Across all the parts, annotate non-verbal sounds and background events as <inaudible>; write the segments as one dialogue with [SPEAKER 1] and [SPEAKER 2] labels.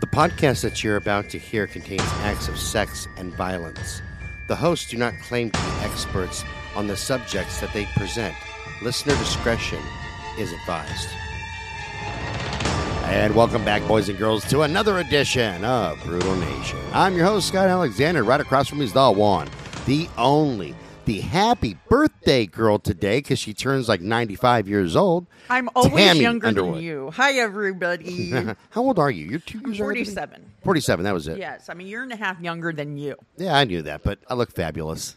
[SPEAKER 1] The podcast that you're about to hear contains acts of sex and violence. The hosts do not claim to be experts on the subjects that they present. Listener discretion is advised. And welcome back, boys and girls, to another edition of Brutal Nation. I'm your host, Scott Alexander. Right across from me is Da Wan, the only, the happy birthday girl today because she turns like 95 years old.
[SPEAKER 2] I'm always
[SPEAKER 1] Tammy
[SPEAKER 2] younger
[SPEAKER 1] Underwood.
[SPEAKER 2] than you.
[SPEAKER 1] <laughs>
[SPEAKER 2] Hi, everybody.
[SPEAKER 1] How old are you? You're two years older than me?
[SPEAKER 2] 47.
[SPEAKER 1] 47, that was it.
[SPEAKER 2] yes, I'm a year and a half younger than you.
[SPEAKER 1] Yeah, I knew that, but I look fabulous.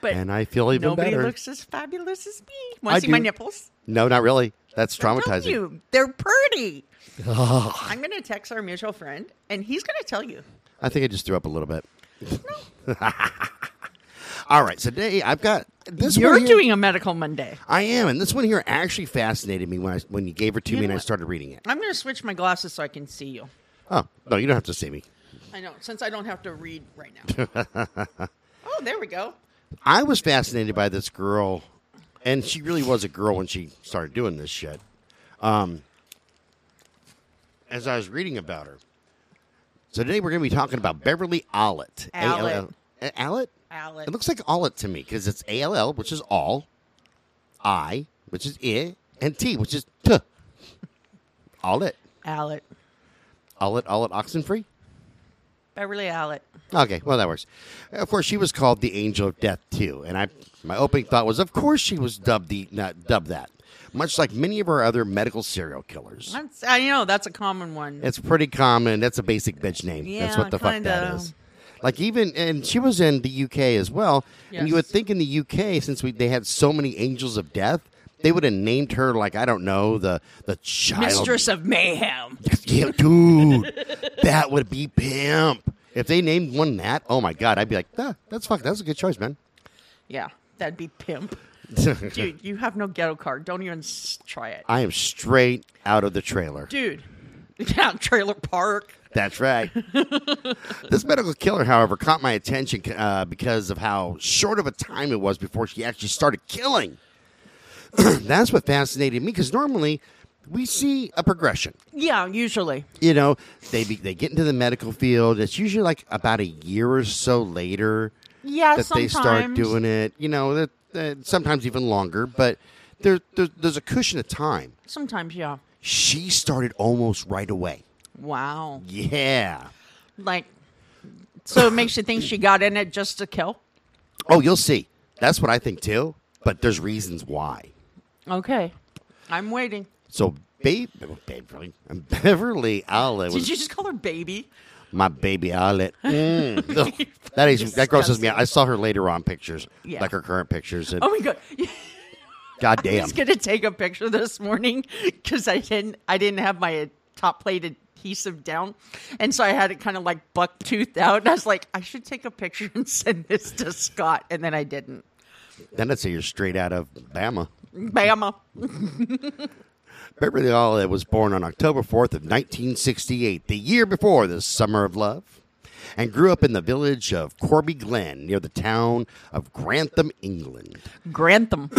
[SPEAKER 2] But
[SPEAKER 1] And I feel even
[SPEAKER 2] nobody
[SPEAKER 1] better.
[SPEAKER 2] looks as fabulous as me. Want
[SPEAKER 1] I
[SPEAKER 2] to see my
[SPEAKER 1] do.
[SPEAKER 2] nipples?
[SPEAKER 1] No, not really. That's
[SPEAKER 2] I'm telling
[SPEAKER 1] traumatizing.
[SPEAKER 2] you, they're pretty. I'm going to text our mutual friend, and he's going to tell you.
[SPEAKER 1] I think I just threw up a little bit. <laughs> All right, so today I've got this
[SPEAKER 2] You're
[SPEAKER 1] one here-
[SPEAKER 2] doing a medical Monday.
[SPEAKER 1] I am, and this one here actually fascinated me when I when you gave her to me
[SPEAKER 2] know
[SPEAKER 1] and I
[SPEAKER 2] what?
[SPEAKER 1] started reading it.
[SPEAKER 2] I'm going to switch my glasses so I can see you.
[SPEAKER 1] Oh no, you don't have to see me.
[SPEAKER 2] I know, since I don't have to read right now.
[SPEAKER 1] <laughs>
[SPEAKER 2] oh, there we go.
[SPEAKER 1] I was fascinated by this girl, and she really was a girl when she started doing this shit. Um, as I was reading about her, so today we're going to be talking about Beverly Ollett.
[SPEAKER 2] Allett.
[SPEAKER 1] A- Allett?
[SPEAKER 2] Allett.
[SPEAKER 1] It looks like Ollett to me because it's A L L, which is all, I, which is I, and T, which is T. Ollett.
[SPEAKER 2] Allett.
[SPEAKER 1] Ollett, Ollett, Oxenfree?
[SPEAKER 2] Beverly Allett.
[SPEAKER 1] Okay, well that works. Of course, she was called the Angel of Death too, and I my opening thought was, of course, she was dubbed the not dubbed that, much like many of our other medical serial killers.
[SPEAKER 2] That's, I know, that's a common one.
[SPEAKER 1] It's pretty common. That's a basic bitch name. That's
[SPEAKER 2] Yeah,
[SPEAKER 1] what the fuck that
[SPEAKER 2] kinda.
[SPEAKER 1] is. Like even and she was in the UK as well, and you would
[SPEAKER 2] Yes.
[SPEAKER 1] think in the UK since we they had so many Angels of Death, they would have named her like I don't know the the child
[SPEAKER 2] Mistress of Mayhem.
[SPEAKER 1] Yeah, dude, that would be pimp. If they named one that, oh my god, I'd be like, nah, that's fuck. That's a good choice, man. <laughs>
[SPEAKER 2] Yeah, that'd be pimp. Dude, you have no ghetto card. Don't even s- try it.
[SPEAKER 1] I am straight out of the trailer.
[SPEAKER 2] Dude, <laughs> yeah, trailer park.
[SPEAKER 1] That's right. this medical killer, however, caught my attention uh, because of how short of a time it was before she actually started killing. <clears throat> that's what fascinated me because normally we see a progression.
[SPEAKER 2] Yeah, usually.
[SPEAKER 1] you know, they be, they get into the medical field. It's usually like about a year or so later.
[SPEAKER 2] Yeah,
[SPEAKER 1] that they start
[SPEAKER 2] sometimes.
[SPEAKER 1] doing it. You know, that, that sometimes even longer, but there, there there's a cushion of time.
[SPEAKER 2] Sometimes, yeah.
[SPEAKER 1] She started almost right away.
[SPEAKER 2] Wow.
[SPEAKER 1] Yeah.
[SPEAKER 2] Like, so it makes you think she got in it just to kill?
[SPEAKER 1] Oh, you'll see. That's what I think too. But there's reasons why.
[SPEAKER 2] Okay. I'm waiting.
[SPEAKER 1] So, babe, Beverly, <laughs> Beverly Allen was
[SPEAKER 2] Did you just call her baby?
[SPEAKER 1] my baby
[SPEAKER 2] <laughs>
[SPEAKER 1] Allen. Mm. Ugh. that is that grosses me out. I saw her later on pictures,
[SPEAKER 2] Yeah.
[SPEAKER 1] like her current pictures. And
[SPEAKER 2] Oh my god. <laughs>
[SPEAKER 1] God
[SPEAKER 2] I
[SPEAKER 1] damn.
[SPEAKER 2] was gonna take a picture this morning because I didn't I didn't have my top plate adhesive down, and so I had it kind of like buck toothed out. And I was like, I should take a picture and send this to Scott, and then I didn't.
[SPEAKER 1] Then I'd say you're straight out of Bama.
[SPEAKER 2] Bama.
[SPEAKER 1] Beverly Olive was born on October 4th of 1968, the year before the Summer of Love, and grew up in the village of Corby Glen near the town of Grantham, England.
[SPEAKER 2] Grantham.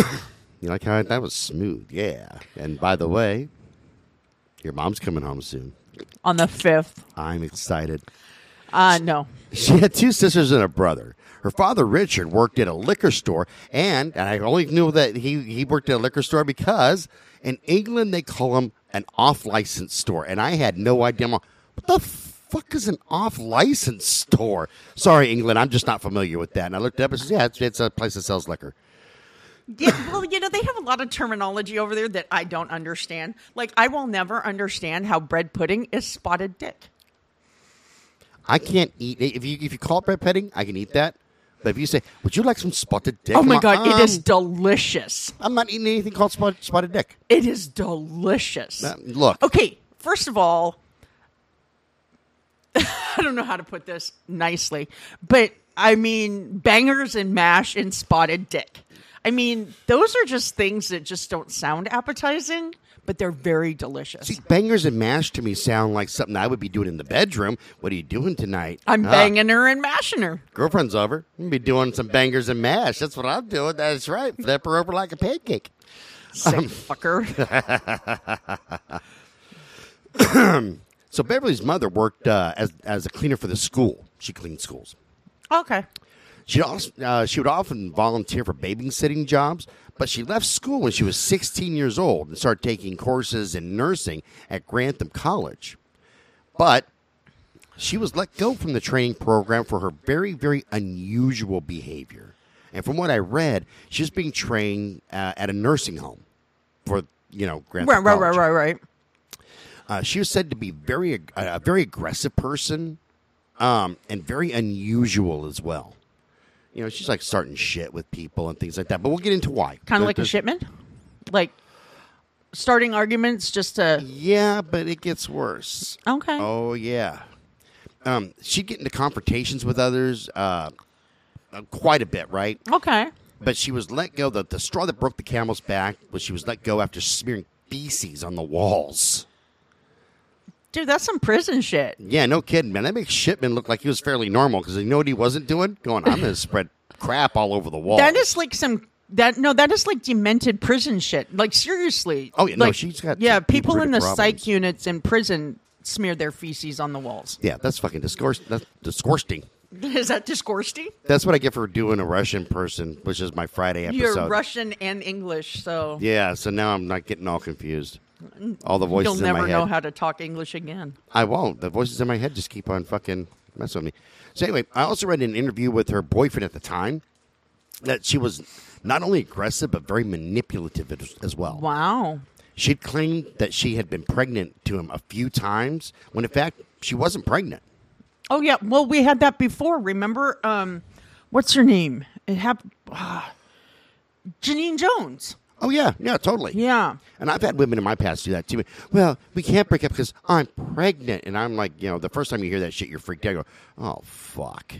[SPEAKER 1] You like how I- that was smooth? Yeah. And by the way, your mom's coming home soon.
[SPEAKER 2] on the fifth.
[SPEAKER 1] I'm excited.
[SPEAKER 2] Uh no.
[SPEAKER 1] She had two sisters and a brother. Her father, Richard, worked at a liquor store, and, and I only knew that he, he worked at a liquor store because in England they call them an off license store, and I had no idea. I'm like, What the fuck is an off license store? Sorry, England, I'm just not familiar with that. And I looked it up and said, yeah, it's, it's a place that sells liquor.
[SPEAKER 2] Yeah, well, you know, they have a lot of terminology over there that I don't understand. Like I will never understand how bread pudding is spotted dick.
[SPEAKER 1] I can't eat if you if you call it bread pudding, I can eat that. But if you say, "Would you like some spotted dick?"
[SPEAKER 2] Oh my
[SPEAKER 1] I'm
[SPEAKER 2] god,
[SPEAKER 1] like,
[SPEAKER 2] it is
[SPEAKER 1] "Um,
[SPEAKER 2] delicious.
[SPEAKER 1] I'm not eating anything called spotted, spotted dick.
[SPEAKER 2] It is delicious.
[SPEAKER 1] Uh, look,
[SPEAKER 2] Okay, first of all, <laughs> I don't know how to put this nicely, but I mean, bangers and mash and spotted dick. I mean, those are just things that just don't sound appetizing, but they're very delicious.
[SPEAKER 1] See, bangers and mash to me sound like something I would be doing in the bedroom. What are you doing tonight?
[SPEAKER 2] I'm
[SPEAKER 1] Ah,
[SPEAKER 2] banging her and mashing her.
[SPEAKER 1] girlfriend's over. I'm gonna be doing some bangers and mash. That's what I'm doing. That's right. Flip her over like a pancake. Um, <laughs>
[SPEAKER 2] Sick fucker.
[SPEAKER 1] So Beverly's mother worked uh, as as a cleaner for the school. She cleaned schools.
[SPEAKER 2] Okay.
[SPEAKER 1] She also uh, she would often volunteer for babysitting jobs, but she left school when she was 16 years old and started taking courses in nursing at Grantham College. But she was let go from the training program for her very very unusual behavior. And from what I read, she was being trained uh, at a nursing home for you know Grantham
[SPEAKER 2] Right, right, right,
[SPEAKER 1] College.
[SPEAKER 2] right, right.
[SPEAKER 1] Uh, she was said to be very ag- a a very aggressive person, um, and very unusual as well. You know, she's like starting shit with people and things like that. But we'll get into why.
[SPEAKER 2] Kind
[SPEAKER 1] There-
[SPEAKER 2] of like a
[SPEAKER 1] there's-
[SPEAKER 2] shipment, like starting arguments just to
[SPEAKER 1] Yeah, but it gets worse.
[SPEAKER 2] okay.
[SPEAKER 1] Oh yeah, um, she'd get into confrontations with others uh, uh, quite a bit, right?
[SPEAKER 2] Okay.
[SPEAKER 1] But she was let go. The, the straw that broke the camel's back was she was let go after smearing feces on the walls.
[SPEAKER 2] Dude, that's some prison shit.
[SPEAKER 1] Yeah, no kidding, man. That makes Shipman look like he was fairly normal because you know what he wasn't doing? Going, I'm going to spread crap all over the wall.
[SPEAKER 2] That is like some that no, that is like demented prison shit. Like seriously.
[SPEAKER 1] Oh, yeah, no,
[SPEAKER 2] Like,
[SPEAKER 1] she's got
[SPEAKER 2] Yeah,
[SPEAKER 1] some
[SPEAKER 2] people
[SPEAKER 1] deep-rooted
[SPEAKER 2] in the
[SPEAKER 1] problems.
[SPEAKER 2] psych units in prison smear their feces on the walls.
[SPEAKER 1] Yeah, that's fucking discourse. That's disgoursting.
[SPEAKER 2] <laughs> Is that disgoursty?
[SPEAKER 1] That's what I get for doing a Russian person, which is my Friday
[SPEAKER 2] You're
[SPEAKER 1] episode.
[SPEAKER 2] Russian and English, so
[SPEAKER 1] yeah, so now I'm not getting all confused. All the voices
[SPEAKER 2] you'll never
[SPEAKER 1] in my
[SPEAKER 2] know
[SPEAKER 1] head.
[SPEAKER 2] how to talk English again.
[SPEAKER 1] I won't. The voices in my head just keep on fucking messing with me. So anyway, I also read an interview with her boyfriend at the time that she was not only aggressive but very manipulative as- as well.
[SPEAKER 2] Wow.
[SPEAKER 1] She'd claimed that she had been pregnant to him a few times, when in fact she wasn't pregnant.
[SPEAKER 2] Oh yeah, well we had that before. Remember, um, what's her name? It happened. ah, Janine Jones.
[SPEAKER 1] Oh yeah, yeah, totally.
[SPEAKER 2] Yeah.
[SPEAKER 1] And I've had women in my past do that too. Well, we can't break up because I'm pregnant, and I'm like, you know, the first time you hear that shit, you're freaked out. You go, oh fuck.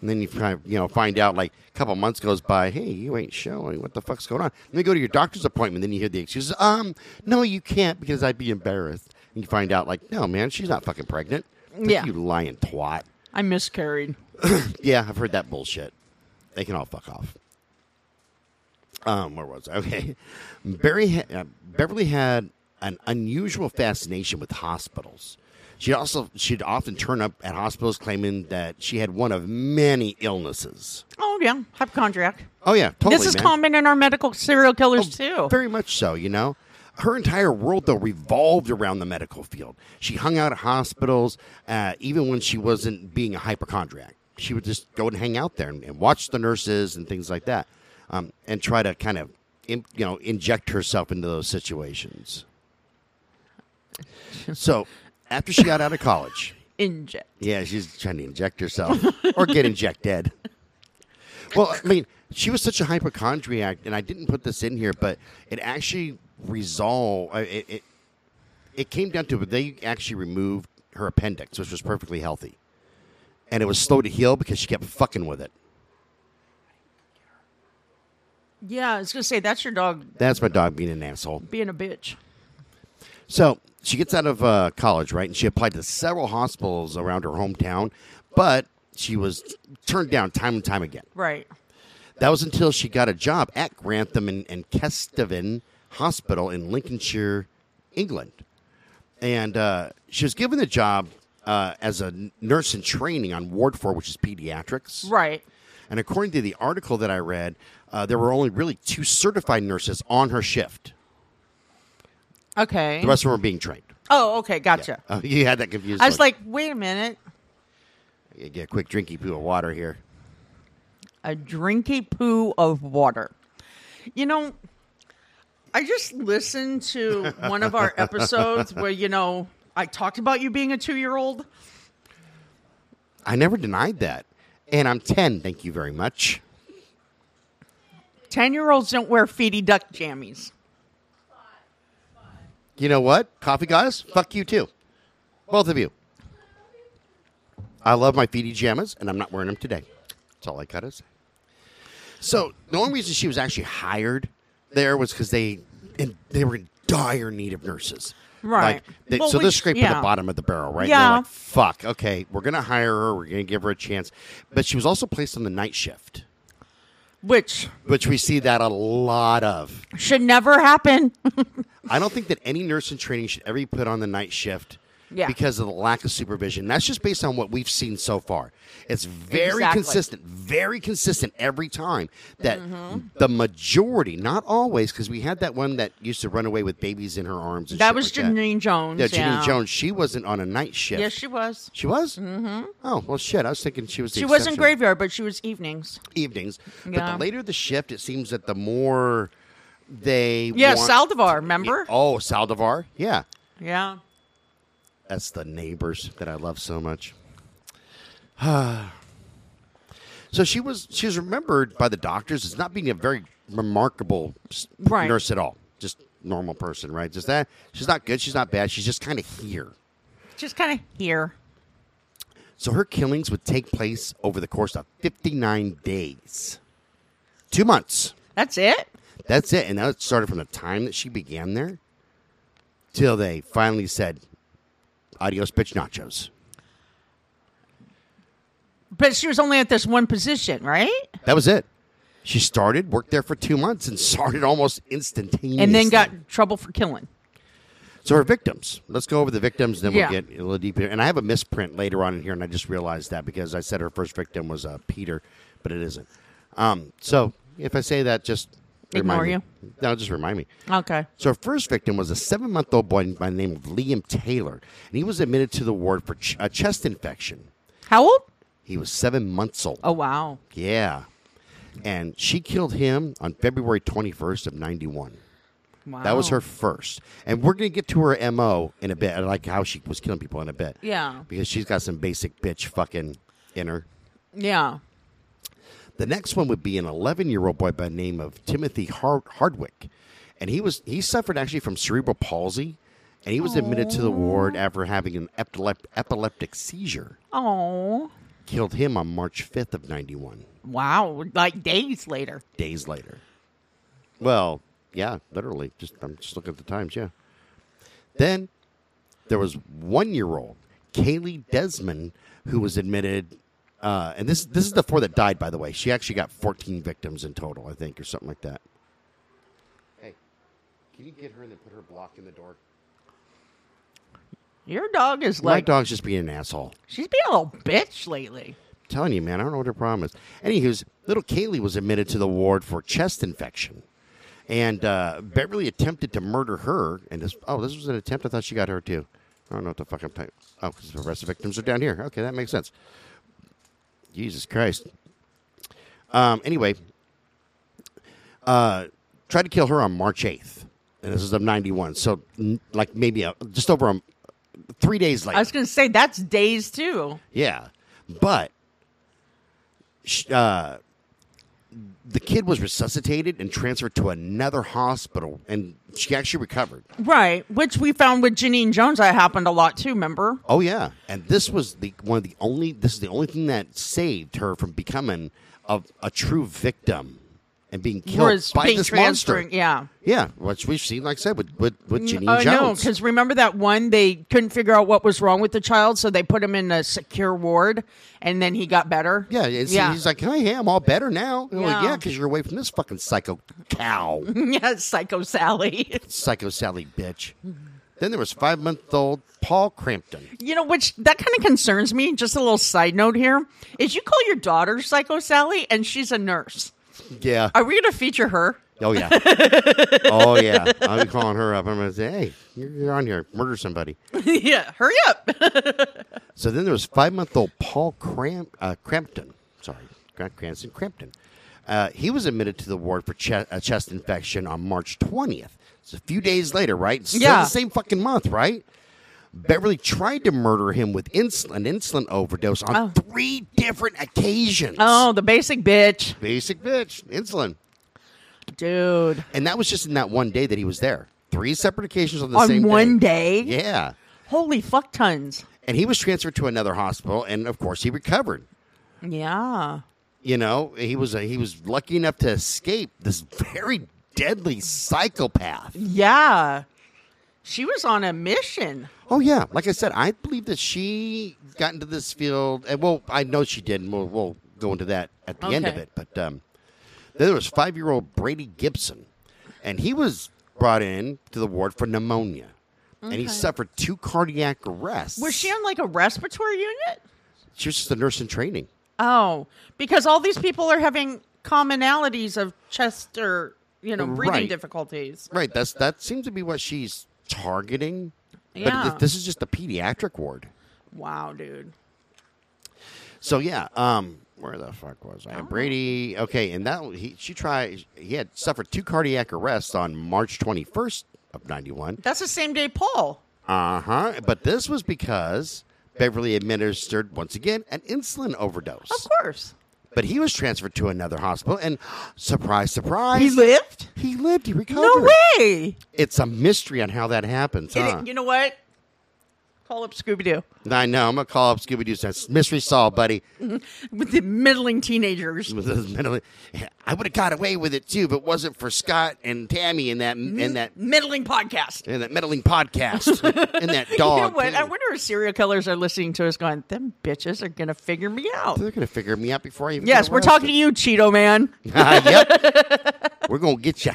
[SPEAKER 1] And then you find, you know, find out like a couple months goes by. Hey, you ain't showing. What the fuck's going on? Then you go to your doctor's appointment. Then you hear the excuses. Um, no, you can't because I'd be embarrassed. And you find out like, no, man, she's not fucking pregnant. Like,
[SPEAKER 2] Yeah.
[SPEAKER 1] you lying twat.
[SPEAKER 2] I miscarried.
[SPEAKER 1] Yeah, I've heard that bullshit. They can all fuck off. Um, where was I? <laughs> Okay, Barry ha- uh, Beverly had an unusual fascination with hospitals. She also she'd often turn up at hospitals claiming that she had one of many illnesses.
[SPEAKER 2] Oh yeah, hypochondriac.
[SPEAKER 1] Oh yeah, totally.
[SPEAKER 2] this is
[SPEAKER 1] man. Oh,
[SPEAKER 2] common in our medical serial killers too.
[SPEAKER 1] Very much so, you know. Her entire world, though, revolved around the medical field. She hung out at hospitals, uh, even when she wasn't being a hypochondriac. She would just go and hang out there and, and watch the nurses and things like that, um, and try to kind of, in, you know, inject herself into those situations. So, after she got out of college,
[SPEAKER 2] Inject.
[SPEAKER 1] yeah, she's trying to inject herself or get injected. Well, I mean, she was such a hypochondriac, and I didn't put this in here, but it actually resolved. uh, It it, it came down to they actually removed her appendix, which was perfectly healthy, and it was slow to heal because she kept fucking with it.
[SPEAKER 2] Yeah, I was gonna say that's your dog
[SPEAKER 1] That's my dog being an asshole.
[SPEAKER 2] being a bitch.
[SPEAKER 1] So she gets out of uh, college, right? And she applied to several hospitals around her hometown, but she was turned down time and time again.
[SPEAKER 2] Right.
[SPEAKER 1] That was until she got a job at Grantham and, and Kesteven Hospital in Lincolnshire, England. And uh, she was given the job uh, as a n- nurse in training on Ward 4, which is pediatrics.
[SPEAKER 2] Right.
[SPEAKER 1] And according to the article that I read, uh, there were only really two certified nurses on her shift.
[SPEAKER 2] Okay.
[SPEAKER 1] The rest of them were being trained.
[SPEAKER 2] oh, okay. Gotcha.
[SPEAKER 1] Uh, <laughs> you had that confused.
[SPEAKER 2] I was
[SPEAKER 1] one.
[SPEAKER 2] like, wait a minute.
[SPEAKER 1] Yeah, get a quick drinky poo of water here.
[SPEAKER 2] a drinky poo of water. You know, I just listened
[SPEAKER 1] <laughs>
[SPEAKER 2] to one of our episodes where, you know, I talked about you being a two year old.
[SPEAKER 1] I never denied that. And I'm 10, thank you very much.
[SPEAKER 2] 10 year olds don't wear feety duck jammies.
[SPEAKER 1] You know what? Coffee guys, fuck you too. Both of you. I love my feety jammas, and I'm not wearing them today. That's all I gotta say. So the only reason she was actually hired there was because they in, they were in dire need of nurses.
[SPEAKER 2] Right.
[SPEAKER 1] Like, they,
[SPEAKER 2] Well,
[SPEAKER 1] so they're
[SPEAKER 2] which-
[SPEAKER 1] scraping the
[SPEAKER 2] yeah.
[SPEAKER 1] bottom of the barrel, right? And
[SPEAKER 2] Yeah.
[SPEAKER 1] they're like, Fuck. Okay, we're gonna hire her. We're gonna give her a chance. But she was also placed on the night shift,
[SPEAKER 2] Which
[SPEAKER 1] which we see that a lot of.
[SPEAKER 2] should never happen. <laughs>
[SPEAKER 1] I don't think that any nurse in training should ever be put on the night shift
[SPEAKER 2] Yeah.
[SPEAKER 1] because of the lack of supervision. That's just based on what we've seen so far. It's very
[SPEAKER 2] Exactly.
[SPEAKER 1] consistent, very consistent every time that
[SPEAKER 2] Mm-hmm.
[SPEAKER 1] the majority, not always, because we had that one that used to run away with babies in her arms. And
[SPEAKER 2] That
[SPEAKER 1] shit
[SPEAKER 2] was
[SPEAKER 1] like that.
[SPEAKER 2] Janine Jones.
[SPEAKER 1] Yeah, Janine Jones. She wasn't on a night shift.
[SPEAKER 2] Yes, she was.
[SPEAKER 1] She was. Mm-hmm. Oh well, shit. I was thinking she was. The
[SPEAKER 2] She wasn't
[SPEAKER 1] exception.
[SPEAKER 2] graveyard, but she was evenings.
[SPEAKER 1] evenings, but
[SPEAKER 2] Yeah.
[SPEAKER 1] the later the shift, it seems that the more they
[SPEAKER 2] Yeah,
[SPEAKER 1] want-
[SPEAKER 2] Saldivar, remember?
[SPEAKER 1] Oh, Saldivar. Yeah,
[SPEAKER 2] Yeah.
[SPEAKER 1] that's the neighbors that I love so much. <sighs> so she was she was remembered by the doctors as not being a very remarkable s-
[SPEAKER 2] Right.
[SPEAKER 1] nurse at all, just normal person, right? Just that she's not good, she's not bad, she's just kind of here.
[SPEAKER 2] Just kind of here.
[SPEAKER 1] So her killings would take place over the course of 59 days. 2 months.
[SPEAKER 2] That's it?
[SPEAKER 1] That's it. And that started from the time that she began there till they finally said, adios, bitch nachos.
[SPEAKER 2] But she was only at this one position, right?
[SPEAKER 1] That was it. She started, worked there for two months, and <laughs> started almost instantaneously.
[SPEAKER 2] And then got in trouble for killing.
[SPEAKER 1] So her victims. Let's go over the victims, then
[SPEAKER 2] Yeah.
[SPEAKER 1] we'll get a little deeper. And I have a misprint later on in here, and I just realized that because I said her first victim was uh, Peter, but it isn't. Um, so if I say that, just remind
[SPEAKER 2] Ignore
[SPEAKER 1] me. No, just remind me.
[SPEAKER 2] Okay.
[SPEAKER 1] So her first victim was a seven-month-old boy by the name of Liam Taylor, and he was admitted to the ward for ch- a chest infection.
[SPEAKER 2] How old?
[SPEAKER 1] He was seven months old.
[SPEAKER 2] Oh, wow.
[SPEAKER 1] Yeah. And she killed him on February 21st of 91.
[SPEAKER 2] Wow.
[SPEAKER 1] That was her first. And we're going to get to her MO in a bit. I like how she was killing people in a bit.
[SPEAKER 2] Yeah.
[SPEAKER 1] Because she's got some basic bitch fucking in her.
[SPEAKER 2] Yeah.
[SPEAKER 1] The next one would be an 11 year old boy by the name of Timothy Hard- Hardwick. And he was he suffered actually from cerebral palsy. And he was admitted to the ward after having an epilep- epileptic seizure.
[SPEAKER 2] Oh.
[SPEAKER 1] Killed him on March 5th of 91.
[SPEAKER 2] Wow. Like days later.
[SPEAKER 1] days later. Well, yeah, literally. Just I'm just looking at the times. Yeah. Then there was one year old Kaylee Desmond who was admitted, uh, and this this is the four that died. By the way, she actually got 14 victims in total, I think, or something like that. Hey, can you get her and then put her block in the door?
[SPEAKER 2] Your dog is
[SPEAKER 1] My
[SPEAKER 2] like,
[SPEAKER 1] dog's just being an asshole.
[SPEAKER 2] she's been a little bitch lately.
[SPEAKER 1] telling you, man, I don't know what her problem is. Anywho's, little Kaylee was admitted to the ward for chest infection. And uh, Beverly attempted to murder her. And this, oh, this was an attempt. I thought she got her too. I don't know what the fuck I'm talking. Oh, because the rest of the victims are down here. Okay, that makes sense. Jesus Christ. Um, anyway, uh, tried to kill her on March 8th. And this is of 91. So, n- like, maybe a, just over a, three days later.
[SPEAKER 2] I was going to say, that's days too.
[SPEAKER 1] Yeah, but sh- uh, the kid was resuscitated and transferred to another hospital, and she actually recovered.
[SPEAKER 2] Right. Which we found with Janine Jones, that happened a lot too, remember?
[SPEAKER 1] Oh yeah, and this was the one of the only. This is the only thing that saved her from becoming a, a true victim and being killed
[SPEAKER 2] Whereas
[SPEAKER 1] by
[SPEAKER 2] being
[SPEAKER 1] this monster.
[SPEAKER 2] transferring- Yeah.
[SPEAKER 1] Yeah, which we've seen, like I said, with with, with Janine
[SPEAKER 2] Oh no,
[SPEAKER 1] Jones.
[SPEAKER 2] because remember that one they couldn't figure out what was wrong with the child, so they put him in a secure ward, and then he got better.
[SPEAKER 1] yeah, it's,
[SPEAKER 2] yeah,
[SPEAKER 1] he's like, hey, yeah, I'm all better now. And we're like,
[SPEAKER 2] Yeah.
[SPEAKER 1] yeah, because you're away from this fucking psycho cow.
[SPEAKER 2] <laughs> yeah, Psycho Sally.
[SPEAKER 1] psycho Sally bitch. Then there was five month old Paul Crampton.
[SPEAKER 2] you know, which that kind of concerns me. Just a little side note here is you call your daughter Psycho Sally, and she's a nurse.
[SPEAKER 1] Yeah.
[SPEAKER 2] Are we going to feature her? <laughs>
[SPEAKER 1] Oh yeah. oh yeah. I'll be calling her up. I'm gonna say, hey, you're, you're on here. Murder somebody.
[SPEAKER 2] yeah, hurry up.
[SPEAKER 1] So then there was five month old Paul Cramp uh, Crampton. Sorry, not Cranston Crampton. Uh, he was admitted to the ward for che- a chest infection on March 20th. It's a few days later, right? Still
[SPEAKER 2] Yeah.
[SPEAKER 1] the same fucking month, right? Beverly tried to murder him with insul- an insulin overdose on
[SPEAKER 2] Oh.
[SPEAKER 1] three different occasions.
[SPEAKER 2] <laughs> oh, the basic bitch,
[SPEAKER 1] Basic bitch, insulin.
[SPEAKER 2] dude.
[SPEAKER 1] And that was just in that one day that he was there. Three separate occasions on the
[SPEAKER 2] On
[SPEAKER 1] same
[SPEAKER 2] one day,
[SPEAKER 1] Yeah.
[SPEAKER 2] holy fuck tons.
[SPEAKER 1] And he was transferred to another hospital and of course he recovered.
[SPEAKER 2] Yeah.
[SPEAKER 1] You know, he was he was lucky enough to escape this <laughs> very deadly psychopath.
[SPEAKER 2] Yeah. She was on a mission.
[SPEAKER 1] Oh yeah, like I said, I believe that she got into this field. And well, I know she did, and we'll, we'll go into that at the end of
[SPEAKER 2] Okay.
[SPEAKER 1] it. But um, then there was five-year-old Brady Gibson, and he was brought in to the ward for pneumonia. and he suffered two cardiac arrests.
[SPEAKER 2] Was she on like a respiratory unit?
[SPEAKER 1] She was just a nurse in training.
[SPEAKER 2] Oh, because all these people are having commonalities of chest or you know breathing
[SPEAKER 1] Right.
[SPEAKER 2] difficulties.
[SPEAKER 1] Right. That's that seems to be what she's targeting. But
[SPEAKER 2] Yeah.
[SPEAKER 1] th- this is just a pediatric ward.
[SPEAKER 2] Wow, dude.
[SPEAKER 1] So yeah, um, where the fuck was I? Brady. Okay, and that he she tried. He had suffered two cardiac arrests on March 21st of 91.
[SPEAKER 2] That's the same day Paul.
[SPEAKER 1] Uh
[SPEAKER 2] Uh-huh.
[SPEAKER 1] huh. But this was because Beverly administered once again an insulin overdose.
[SPEAKER 2] Of course.
[SPEAKER 1] But he was transferred to another hospital, and <gasps> surprise, surprise,
[SPEAKER 2] He lived?
[SPEAKER 1] He lived. He recovered.
[SPEAKER 2] No way.
[SPEAKER 1] It's a mystery on how that happens.
[SPEAKER 2] It-
[SPEAKER 1] huh?
[SPEAKER 2] you know what? Call up Scooby Doo.
[SPEAKER 1] I know. I'm gonna call up Scooby Doo. Says mystery solved, buddy.
[SPEAKER 2] With the middling teenagers.
[SPEAKER 1] <laughs> With his middle- I would have got away with it too, if it wasn't for Scott and Tammy and that and that
[SPEAKER 2] Middling podcast.
[SPEAKER 1] and that meddling
[SPEAKER 2] <laughs>
[SPEAKER 1] podcast and that
[SPEAKER 2] You
[SPEAKER 1] dog.
[SPEAKER 2] know what? I
[SPEAKER 1] too.
[SPEAKER 2] wonder if serial killers are listening to us going, them bitches are going to figure me out.
[SPEAKER 1] They're gonna figure me out before I even.
[SPEAKER 2] Yes,
[SPEAKER 1] get
[SPEAKER 2] we're talking to you, Cheeto Man.
[SPEAKER 1] <laughs>
[SPEAKER 2] <laughs>
[SPEAKER 1] arrested. Ah, yep, we're gonna get you.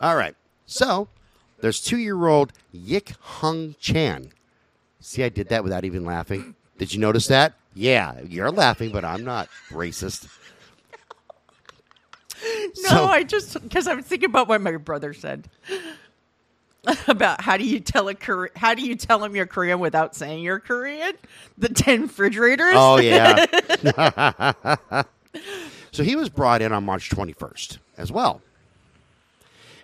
[SPEAKER 1] All right. So there's two-year-old Yik Hung Chan. See, I did that without even laughing. Did you notice that? Yeah, you're laughing, but I'm not racist.
[SPEAKER 2] No,
[SPEAKER 1] So-
[SPEAKER 2] I just because I was thinking about what my brother said <laughs> about how do you tell a Kore- how do you tell him you're Korean without saying you're Korean? The ten refrigerators.
[SPEAKER 1] Oh yeah.
[SPEAKER 2] <laughs>
[SPEAKER 1] so he was brought in on March 21st as well,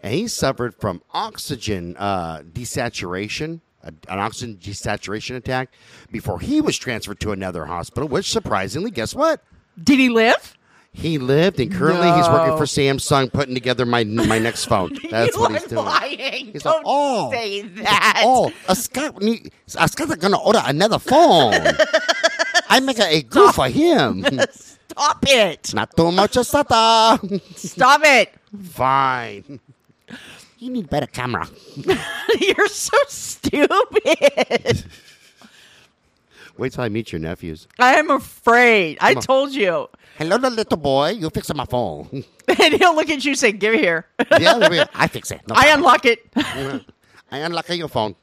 [SPEAKER 1] and he suffered from oxygen uh, desaturation, a- an oxygen desaturation attack, before he was transferred to another hospital. Which surprisingly, guess what?
[SPEAKER 2] Did he live? <laughs>
[SPEAKER 1] He lived, and currently he's working
[SPEAKER 2] No.
[SPEAKER 1] for Samsung, putting together my my next phone. That's
[SPEAKER 2] <laughs> you
[SPEAKER 1] what
[SPEAKER 2] are
[SPEAKER 1] he's doing.
[SPEAKER 2] lying.
[SPEAKER 1] He's like,
[SPEAKER 2] Don't
[SPEAKER 1] "Oh,
[SPEAKER 2] say that.
[SPEAKER 1] Oh, a Scott, need, a Scott's gonna order another
[SPEAKER 2] <laughs>
[SPEAKER 1] phone. I make a, a glue for him.
[SPEAKER 2] <laughs> Stop it.
[SPEAKER 1] Not too much asata.
[SPEAKER 2] Stop it.
[SPEAKER 1] <laughs>
[SPEAKER 2] <laughs>
[SPEAKER 1] Fine. You need better camera.
[SPEAKER 2] You're so stupid. <laughs>
[SPEAKER 1] Wait till I meet your nephews.
[SPEAKER 2] I am afraid. I
[SPEAKER 1] on.
[SPEAKER 2] told you. <laughs>
[SPEAKER 1] Hello, the little boy. You fixing my <laughs> phone?
[SPEAKER 2] And he'll look at you and say, Give it here. <laughs>
[SPEAKER 1] yeah, there we are. I fix it. No
[SPEAKER 2] I
[SPEAKER 1] problem.
[SPEAKER 2] unlock it. <laughs>
[SPEAKER 1] I unlock your phone.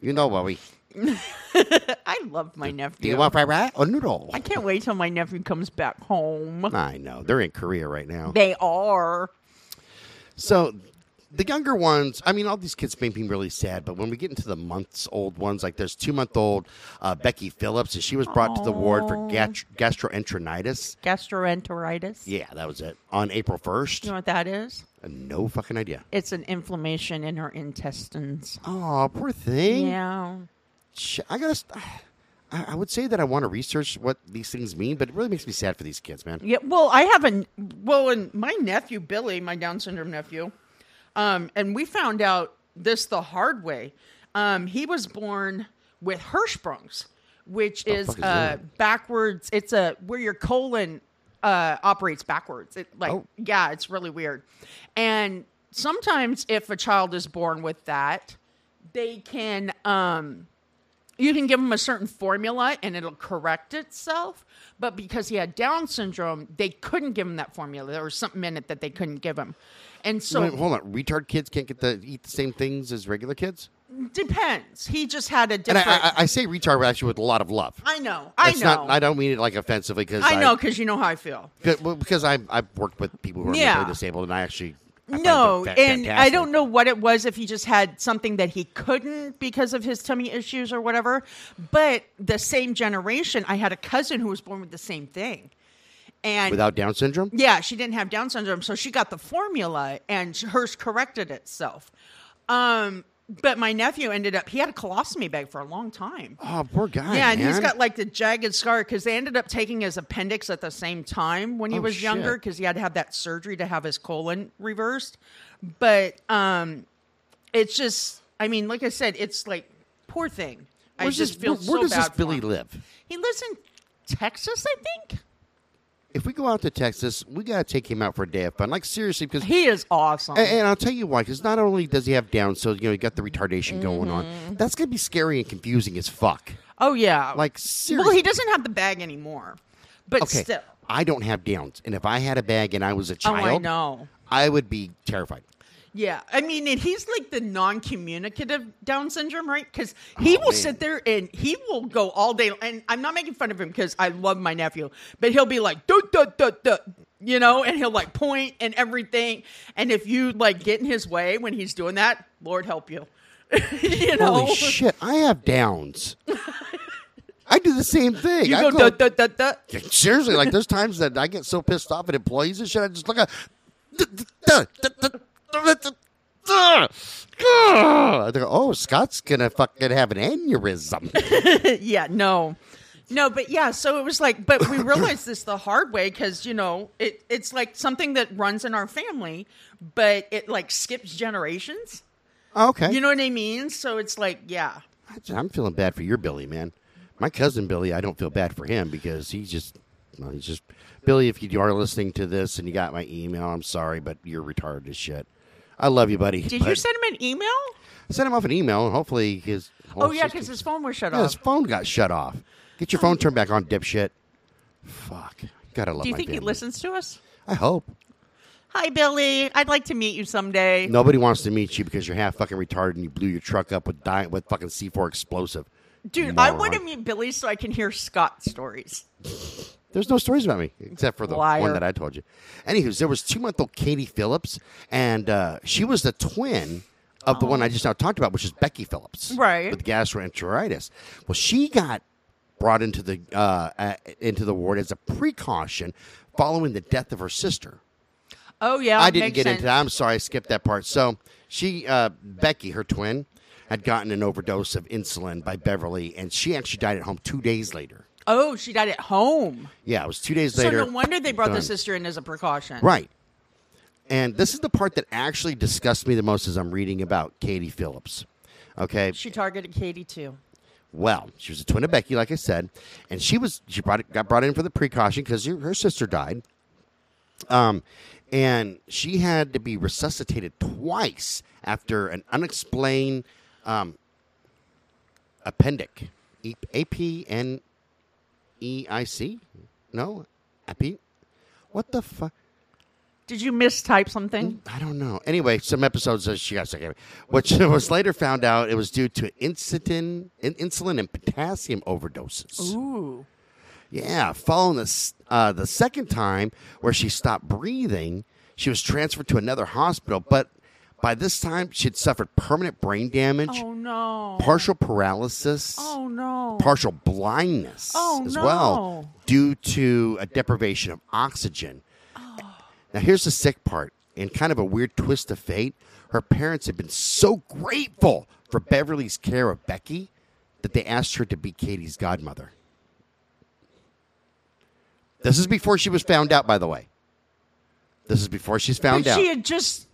[SPEAKER 1] You know what we?
[SPEAKER 2] I love my nephew.
[SPEAKER 1] Do you want fried rice or noodle?
[SPEAKER 2] I can't wait till my nephew comes back home.
[SPEAKER 1] I know they're in Korea right now.
[SPEAKER 2] They are.
[SPEAKER 1] So the younger ones, I mean, all these kids make me really sad, but when we get into the months old ones, like there's two month old uh, Becky Phillips, and she was brought to the ward for
[SPEAKER 2] Aw.
[SPEAKER 1] gat- gastroenteritis.
[SPEAKER 2] Gastroenteritis.
[SPEAKER 1] Yeah, that was it. On April 1st.
[SPEAKER 2] You know what that is?
[SPEAKER 1] Uh, No fucking idea.
[SPEAKER 2] It's an inflammation in her intestines.
[SPEAKER 1] Oh, poor thing.
[SPEAKER 2] Yeah.
[SPEAKER 1] Sh- I gotta. St- uh, I I would say that I want to research what these things mean, but it really makes me sad for these kids, man.
[SPEAKER 2] Yeah. Well, I have a well, and my nephew Billy, my Down syndrome nephew, um, and we found out this the hard way. Um, he was born with Hirschsprungs, which is,
[SPEAKER 1] fuck is
[SPEAKER 2] uh,
[SPEAKER 1] that?
[SPEAKER 2] backwards. It's a where your colon uh, operates backwards. It like
[SPEAKER 1] Oh.
[SPEAKER 2] yeah, it's really weird. And sometimes if a child is born with that, they can um, you can give him a certain formula and it'll correct itself. But because he had Down syndrome, they couldn't give him that formula. There was something in it that they couldn't give him. And so
[SPEAKER 1] Wait, hold on, retard kids can't get the eat the same things as regular kids.
[SPEAKER 2] depends. He just had a
[SPEAKER 1] And I,
[SPEAKER 2] different.
[SPEAKER 1] I, I say retard but actually with a lot of love.
[SPEAKER 2] I know. I
[SPEAKER 1] It's
[SPEAKER 2] know.
[SPEAKER 1] Not, I don't mean it like offensively because
[SPEAKER 2] I know because you know how I feel.
[SPEAKER 1] because I I've worked with people who are
[SPEAKER 2] Yeah.
[SPEAKER 1] mentally disabled, and I actually I find
[SPEAKER 2] no,
[SPEAKER 1] them fa-
[SPEAKER 2] and I
[SPEAKER 1] fantastic.
[SPEAKER 2] don't know what it was if he just had something that he couldn't because of his tummy issues or whatever. But the same generation, I had a cousin who was born with the same thing, and
[SPEAKER 1] without Down syndrome.
[SPEAKER 2] Yeah, she didn't have Down syndrome, so she got the formula, and sh- hers corrected itself. Um, but my nephew ended up he had a colostomy bag for a long time.
[SPEAKER 1] Oh, poor guy.
[SPEAKER 2] yeah, and he's
[SPEAKER 1] man.
[SPEAKER 2] got like the jagged scar because they ended up taking his appendix at the same time when he
[SPEAKER 1] Oh,
[SPEAKER 2] was
[SPEAKER 1] shit.
[SPEAKER 2] younger because he had to have that surgery to have his colon reversed. But um, it's just, I mean, like I said, it's like poor thing. I
[SPEAKER 1] Where's
[SPEAKER 2] just
[SPEAKER 1] this-
[SPEAKER 2] feel
[SPEAKER 1] where, where
[SPEAKER 2] so
[SPEAKER 1] does
[SPEAKER 2] bad
[SPEAKER 1] this
[SPEAKER 2] for
[SPEAKER 1] Billy
[SPEAKER 2] him.
[SPEAKER 1] live?
[SPEAKER 2] He lives in Texas, I think.
[SPEAKER 1] If we go out to Texas, we gotta take him out for a day of fun. Like seriously, because
[SPEAKER 2] He is awesome.
[SPEAKER 1] And, and I'll tell you why, because not only does he have Down, so you know you got the retardation going
[SPEAKER 2] Mm-hmm.
[SPEAKER 1] on. That's gonna be scary and confusing as fuck.
[SPEAKER 2] Oh yeah.
[SPEAKER 1] Like seriously,
[SPEAKER 2] Well, he doesn't have the bag anymore. But
[SPEAKER 1] okay.
[SPEAKER 2] still.
[SPEAKER 1] I don't have Downs, and if I had a bag and I was a
[SPEAKER 2] Oh, I
[SPEAKER 1] child,
[SPEAKER 2] know.
[SPEAKER 1] I would be terrified.
[SPEAKER 2] Yeah, I mean, and he's like the non-communicative Down syndrome, right? Because he
[SPEAKER 1] Oh,
[SPEAKER 2] will
[SPEAKER 1] man.
[SPEAKER 2] sit there and he will go all day. And I'm not making fun of him because I love my nephew, but he'll be like, duh, duh, duh, duh, you know, and he'll like point and everything. And if you like get in his way when he's doing that, Lord help you. <laughs> you know,
[SPEAKER 1] Holy shit, I have
[SPEAKER 2] <laughs>
[SPEAKER 1] downs. I do the same thing.
[SPEAKER 2] you
[SPEAKER 1] I
[SPEAKER 2] go duh, duh, duh, duh.
[SPEAKER 1] seriously, like there's times that I get so pissed off at employees and shit, I just look at I think, oh, Scott's gonna fucking have an aneurysm.
[SPEAKER 2] yeah, no. No, but yeah, so it was like, but we realized this the hard way because, you know, it, it's like something that runs in our family, but it like skips generations.
[SPEAKER 1] Okay,
[SPEAKER 2] You know what I mean? So it's like, yeah.
[SPEAKER 1] I'm feeling bad for your Billy, man. My cousin Billy, I don't feel bad for him because he just, well, he's just Billy. If you are listening to this and you got my email, I'm sorry, but you're retarded as shit. I love you, buddy.
[SPEAKER 2] Did you
[SPEAKER 1] but
[SPEAKER 2] send him an email?
[SPEAKER 1] send him off an email and hopefully his. whole
[SPEAKER 2] Oh, yeah,
[SPEAKER 1] system-
[SPEAKER 2] because his phone was shut
[SPEAKER 1] Yeah, his
[SPEAKER 2] off.
[SPEAKER 1] phone got shut off. Get your phone turned back on, dipshit. Fuck. Gotta love
[SPEAKER 2] Do you
[SPEAKER 1] my
[SPEAKER 2] think he
[SPEAKER 1] family.
[SPEAKER 2] listens to us?
[SPEAKER 1] I hope.
[SPEAKER 2] Hi, Billy. I'd like to meet you someday.
[SPEAKER 1] Nobody wants to meet you because you're half fucking retarded and you blew your truck up with di- with fucking C4 explosive.
[SPEAKER 2] Dude, I
[SPEAKER 1] Moron.
[SPEAKER 2] want to meet Billy so I can hear Scott's stories.
[SPEAKER 1] There's no stories about me except for the
[SPEAKER 2] Liar.
[SPEAKER 1] one that I told you. Anywho, there was two month old Katie Phillips, and uh, she was the twin of the one I just now talked about, which is Becky Phillips,
[SPEAKER 2] Right.
[SPEAKER 1] With gastroenteritis. Well, she got brought into the uh, uh, into the ward as a precaution following the death of her sister.
[SPEAKER 2] Oh, yeah.
[SPEAKER 1] I didn't
[SPEAKER 2] makes
[SPEAKER 1] get
[SPEAKER 2] sense.
[SPEAKER 1] into that. I'm sorry, I skipped that part. So she, uh, Becky, her twin, had gotten an overdose of insulin by Beverly, and she actually died at home two days later.
[SPEAKER 2] Oh, she died at home.
[SPEAKER 1] Yeah, it was two days later.
[SPEAKER 2] so no wonder they brought the
[SPEAKER 1] Done.
[SPEAKER 2] sister in as a precaution.
[SPEAKER 1] Right. And this is the part that actually disgusts me the most as I'm reading about Katie Phillips. Okay.
[SPEAKER 2] She targeted Katie too.
[SPEAKER 1] Well, she was a twin of Becky, like I said, and she was she brought it, got brought in for the precaution because her sister died. Um, and she had to be resuscitated twice after an unexplained um, appendix, E- APNEIC? E No, AP. What the fuck?
[SPEAKER 2] Did you mistype something?
[SPEAKER 1] I don't know. Anyway, some episodes that she got sick, of it, which was later found out it was due to insulin, in, insulin and potassium overdoses.
[SPEAKER 2] Ooh.
[SPEAKER 1] Yeah, following the s- uh, the second time where she stopped breathing, she was transferred to another hospital. But by this time, she'd suffered permanent brain damage,
[SPEAKER 2] Oh no.
[SPEAKER 1] partial paralysis,
[SPEAKER 2] Oh no.
[SPEAKER 1] partial blindness
[SPEAKER 2] Oh,
[SPEAKER 1] as
[SPEAKER 2] no.
[SPEAKER 1] well due to a deprivation of oxygen.
[SPEAKER 2] Oh.
[SPEAKER 1] Now, here's the sick part and kind of a weird twist of fate. Her parents had been so grateful for Beverly's care of Becky that they asked her to be Katie's godmother. This is before she was found out, by the way. This is before she's found
[SPEAKER 2] But
[SPEAKER 1] out.
[SPEAKER 2] she had just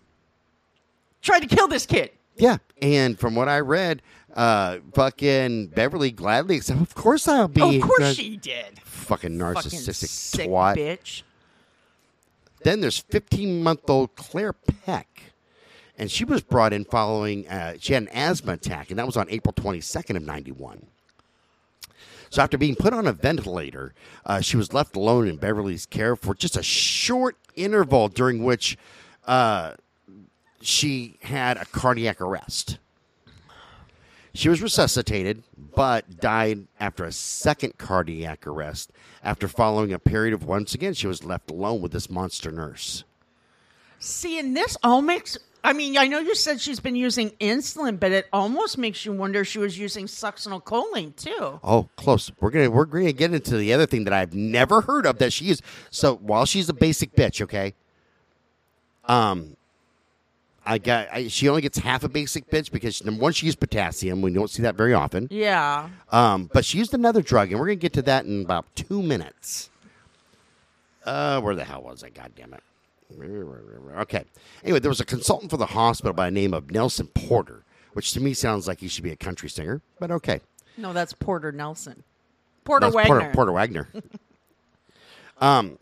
[SPEAKER 2] tried to kill this kid.
[SPEAKER 1] Yeah, and from what I read, uh, fucking Beverly gladly accepted. Of course, I'll be.
[SPEAKER 2] Of course
[SPEAKER 1] uh,
[SPEAKER 2] she did.
[SPEAKER 1] Fucking
[SPEAKER 2] Fucking
[SPEAKER 1] narcissistic
[SPEAKER 2] sick
[SPEAKER 1] twat.
[SPEAKER 2] bitch.
[SPEAKER 1] Then there's 15 month old Claire Peck, and she was brought in following uh, she had an asthma attack, and that was on April 22nd of 91. So after being put on a ventilator, uh, she was left alone in Beverly's care for just a short interval during which uh, she had a cardiac arrest. She was resuscitated, but died after a second cardiac arrest after following a period of once again she was left alone with this monster nurse.
[SPEAKER 2] See, and this all makes. I mean, I know you said she's been using insulin, but it almost makes you wonder if she was using succinylcholine too.
[SPEAKER 1] Oh, close. We're gonna we're gonna get into the other thing that I've never heard of that she used. So while she's a basic bitch, okay. Um, I got I, she only gets half a basic bitch because number one she used potassium. We don't see that very often.
[SPEAKER 2] Yeah.
[SPEAKER 1] Um, but she used another drug, and we're gonna get to that in about two minutes. Uh, where the hell was I? God damn it. Okay. Anyway, there was a consultant for the hospital by the name of Nelson Porter, which to me sounds like he should be a country singer, but okay.
[SPEAKER 2] No, that's Porter Nelson. Porter
[SPEAKER 1] That's
[SPEAKER 2] Wagner.
[SPEAKER 1] Porter, Porter Wagner. <laughs> um,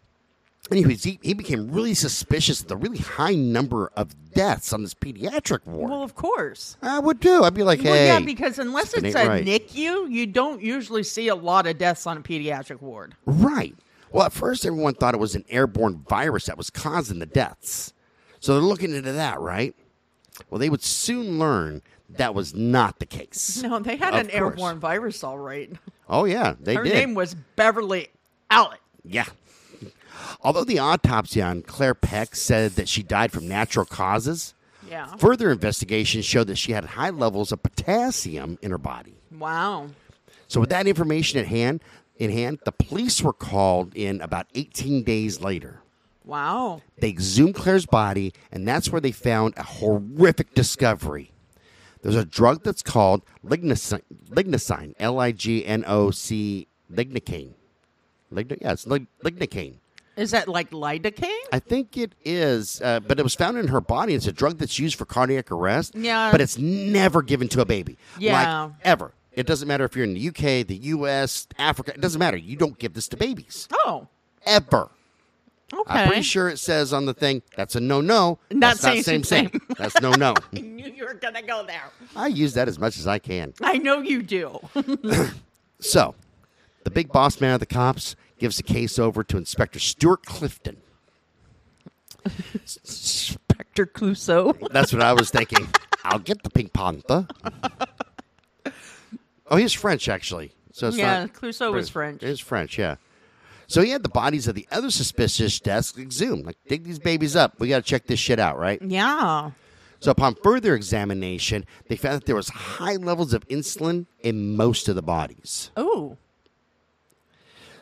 [SPEAKER 1] anyways, he, he became really suspicious of the really high number of deaths on this pediatric ward.
[SPEAKER 2] Well, of course.
[SPEAKER 1] I would too. I'd be like, hey,
[SPEAKER 2] well, yeah, because unless
[SPEAKER 1] something
[SPEAKER 2] it's a
[SPEAKER 1] ain't right.
[SPEAKER 2] NICU, you don't usually see a lot of deaths on a pediatric ward.
[SPEAKER 1] Right. Well, at first, everyone thought it was an airborne virus that was causing the deaths. So they're looking into that, right? Well, they would soon learn that was not the case.
[SPEAKER 2] <laughs> No, they had
[SPEAKER 1] Of
[SPEAKER 2] an
[SPEAKER 1] course.
[SPEAKER 2] airborne virus, all right.
[SPEAKER 1] Oh yeah, they
[SPEAKER 2] Her
[SPEAKER 1] did.
[SPEAKER 2] name was Beverly Allen.
[SPEAKER 1] Yeah. Although the autopsy on Claire Peck said that she died from natural causes,
[SPEAKER 2] Yeah.
[SPEAKER 1] further investigation showed that she had high levels of potassium in her body.
[SPEAKER 2] Wow.
[SPEAKER 1] So with that information at hand, in hand, the police were called in about 18 days later.
[SPEAKER 2] Wow.
[SPEAKER 1] They exhumed Claire's body, and that's where they found a horrific discovery. There's a drug that's called lignosi- lignosine, L I G N O C, lignocaine. Ligno- yeah, it's lig- lignocaine.
[SPEAKER 2] Is that like lidocaine?
[SPEAKER 1] I think it is, uh, but it was found in her body. It's a drug that's used for cardiac arrest.
[SPEAKER 2] Yeah.
[SPEAKER 1] But it's never given to a baby.
[SPEAKER 2] Yeah.
[SPEAKER 1] Like, ever. It doesn't matter if you're in the UK, the US, Africa. It doesn't matter. You don't give this to babies.
[SPEAKER 2] Oh,
[SPEAKER 1] Ever.
[SPEAKER 2] okay.
[SPEAKER 1] I'm pretty sure it says on the thing that's a no no.
[SPEAKER 2] Not
[SPEAKER 1] that's
[SPEAKER 2] same,
[SPEAKER 1] not same,
[SPEAKER 2] same, <laughs>
[SPEAKER 1] same. that's no no.
[SPEAKER 2] I knew you were going to go there.
[SPEAKER 1] I use that as much as I can.
[SPEAKER 2] I know you <laughs> do.
[SPEAKER 1] So, the big boss man of the cops gives the case over to Inspector Stuart Clifton.
[SPEAKER 2] Spectre Clouseau.
[SPEAKER 1] That's what I was
[SPEAKER 2] <laughs>
[SPEAKER 1] thinking. I'll get the Pink Panther. oh, he's French, actually. So it's
[SPEAKER 2] Yeah,
[SPEAKER 1] not-
[SPEAKER 2] Clouseau was French.
[SPEAKER 1] He's French, yeah. So he had the bodies of the other suspicious deaths exhumed. Like, dig these babies up. We got to check this shit out, right?
[SPEAKER 2] Yeah.
[SPEAKER 1] So upon further examination, they found that there was high levels of insulin in most of the bodies.
[SPEAKER 2] Oh,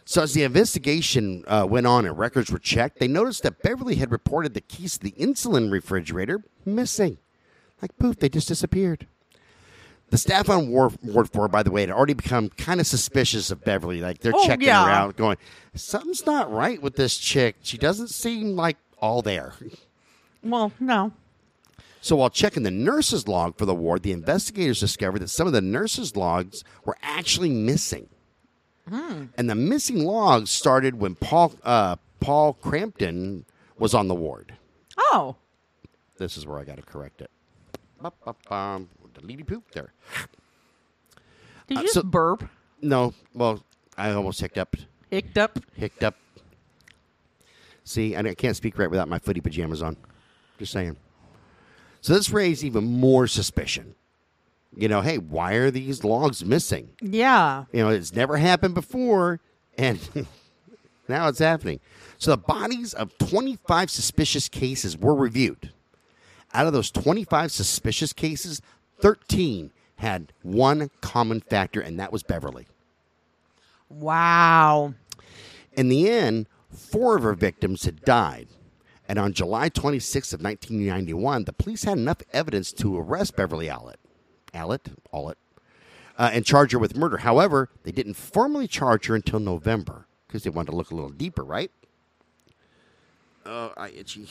[SPEAKER 1] So as the investigation uh, went on and records were checked, they noticed that Beverly had reported the keys to the insulin refrigerator missing. Like poof, they just disappeared. The staff on War- Ward Four, by the way, had already become kind of suspicious of Beverly. Like they're
[SPEAKER 2] Oh,
[SPEAKER 1] checking
[SPEAKER 2] yeah.
[SPEAKER 1] her out, going, "Something's not right with this chick. She doesn't seem like all there."
[SPEAKER 2] well, no.
[SPEAKER 1] So while checking the nurse's log for the ward, the investigators discovered that some of the nurse's logs were actually missing. And the missing logs started when Paul uh, Paul Crampton was on the ward.
[SPEAKER 2] Oh,
[SPEAKER 1] This is where I got to correct it. Bop, bop, bum. Deleted poop there.
[SPEAKER 2] did you
[SPEAKER 1] Uh,
[SPEAKER 2] just
[SPEAKER 1] so-
[SPEAKER 2] burp?
[SPEAKER 1] No, well, I almost hiccuped.
[SPEAKER 2] Hicked up?
[SPEAKER 1] Hicked up. See, and I can't speak right without my footy pajamas on. Just saying. So this raised even more suspicion. You know, hey, why are these logs missing?
[SPEAKER 2] Yeah.
[SPEAKER 1] You know, it's never happened before, and <laughs> now it's happening. So the bodies of 25 suspicious cases were reviewed. Out of those 25 suspicious cases, 13 had one common factor, and that was Beverly.
[SPEAKER 2] Wow.
[SPEAKER 1] In the end, four of her victims had died. And on July 26th of 1991, the police had enough evidence to arrest Beverly Allett, Allett, Allett, uh, and charge her with murder. However, they didn't formally charge her until November because they wanted to look a little deeper, right? Oh, I itchy.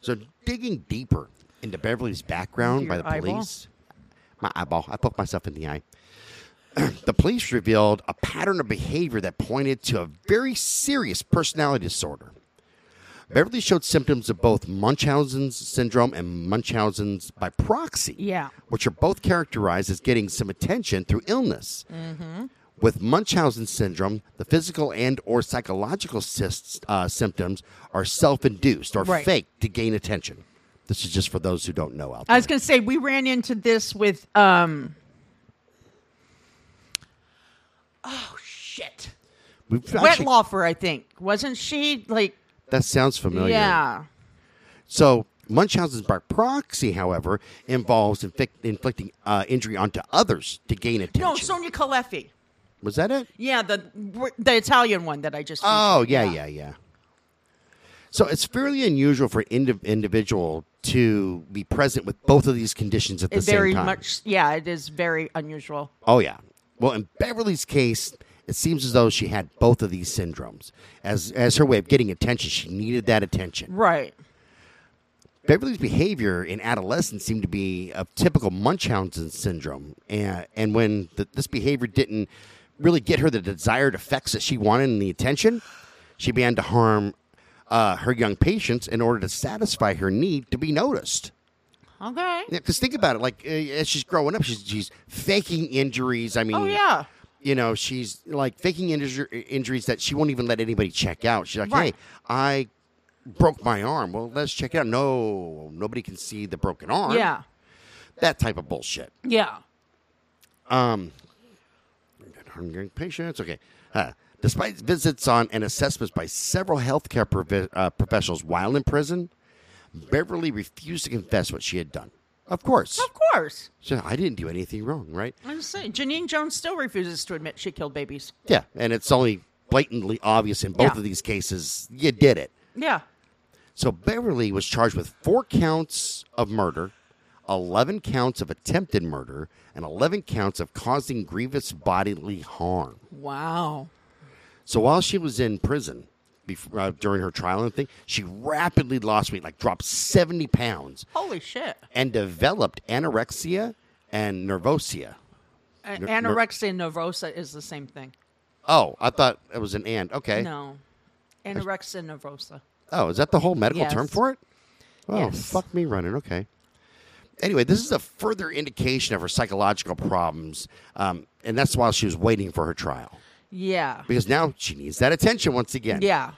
[SPEAKER 1] So digging deeper into Beverly's background by
[SPEAKER 2] Your
[SPEAKER 1] the
[SPEAKER 2] eyeball?
[SPEAKER 1] police, my eyeball, I poked myself in the eye the police revealed a pattern of behavior that pointed to a very serious personality disorder. Beverly showed symptoms of both Munchausen's syndrome and Munchausen's by proxy,
[SPEAKER 2] Yeah.
[SPEAKER 1] which are both characterized as getting some attention through illness.
[SPEAKER 2] Mm-hmm.
[SPEAKER 1] With Munchausen syndrome, the physical and/or psychological sys- uh, symptoms are self-induced or
[SPEAKER 2] Right.
[SPEAKER 1] fake to gain attention. This is just for those who don't know out
[SPEAKER 2] I was going to say, we ran into this with. um Oh, shit.
[SPEAKER 1] We've
[SPEAKER 2] Uh, Wet
[SPEAKER 1] actually-
[SPEAKER 2] Laufer, I think. Wasn't she like.
[SPEAKER 1] that sounds familiar.
[SPEAKER 2] yeah.
[SPEAKER 1] So Munchausen's by proxy, however, involves inflict- inflicting uh, injury onto others to gain attention.
[SPEAKER 2] No, Sonia Calefi.
[SPEAKER 1] Was that it?
[SPEAKER 2] Yeah, the the Italian one that I just.
[SPEAKER 1] Oh,
[SPEAKER 2] featured,
[SPEAKER 1] yeah, yeah, yeah. So it's fairly unusual for indiv- individual to be present with both of these conditions at the
[SPEAKER 2] It very
[SPEAKER 1] same time.
[SPEAKER 2] much. Yeah, it is very unusual.
[SPEAKER 1] Oh yeah. Well, in Beverly's case, it seems as though she had both of these syndromes as as her way of getting attention. She needed that attention.
[SPEAKER 2] Right.
[SPEAKER 1] Beverly's behavior in adolescence seemed to be of typical Munchausen syndrome, and and when the, this behavior didn't really get her the desired effects that she wanted and the attention, she began to harm uh, her young patients in order to satisfy her need to be noticed.
[SPEAKER 2] Okay.
[SPEAKER 1] Because think about it, like uh, as she's growing up, she's she's faking injuries. I mean,
[SPEAKER 2] Oh yeah.
[SPEAKER 1] you know, she's like faking injur- injuries that she won't even let anybody check out. She's like,
[SPEAKER 2] Right.
[SPEAKER 1] hey, I broke my arm. Well, let's check it out. No, nobody can see the broken arm.
[SPEAKER 2] Yeah.
[SPEAKER 1] That type of bullshit.
[SPEAKER 2] Yeah.
[SPEAKER 1] Um, I'm getting patients. Okay. Uh, despite visits on and assessments by several healthcare provi- uh, professionals while in prison, Beverly refused to confess what she had done. Of course.
[SPEAKER 2] Of course.
[SPEAKER 1] So I didn't do anything wrong, right?
[SPEAKER 2] I was saying, Janine Jones still refuses to admit she killed babies.
[SPEAKER 1] Yeah. And it's only blatantly obvious in both
[SPEAKER 2] Yeah.
[SPEAKER 1] of these cases you did it.
[SPEAKER 2] Yeah.
[SPEAKER 1] So Beverly was charged with four counts of murder, 11 counts of attempted murder, and 11 counts of causing grievous bodily harm.
[SPEAKER 2] Wow.
[SPEAKER 1] So while she was in prison before, uh, during her trial and thing, she rapidly lost weight, like dropped 70 pounds,
[SPEAKER 2] Holy shit.
[SPEAKER 1] and developed anorexia and nervosia.
[SPEAKER 2] A-
[SPEAKER 1] ner-
[SPEAKER 2] anorexia nervosa is the same thing.
[SPEAKER 1] Oh, I thought it was an and. Okay.
[SPEAKER 2] No. Anorexia nervosa.
[SPEAKER 1] Oh, is that the whole medical term
[SPEAKER 2] Yes.
[SPEAKER 1] for it? Oh,
[SPEAKER 2] Yes.
[SPEAKER 1] fuck me running. Okay. Anyway, this is a further indication of her psychological problems, um, and that's why she was waiting for her trial
[SPEAKER 2] Yeah.
[SPEAKER 1] because now she needs that attention once again.
[SPEAKER 2] Yeah.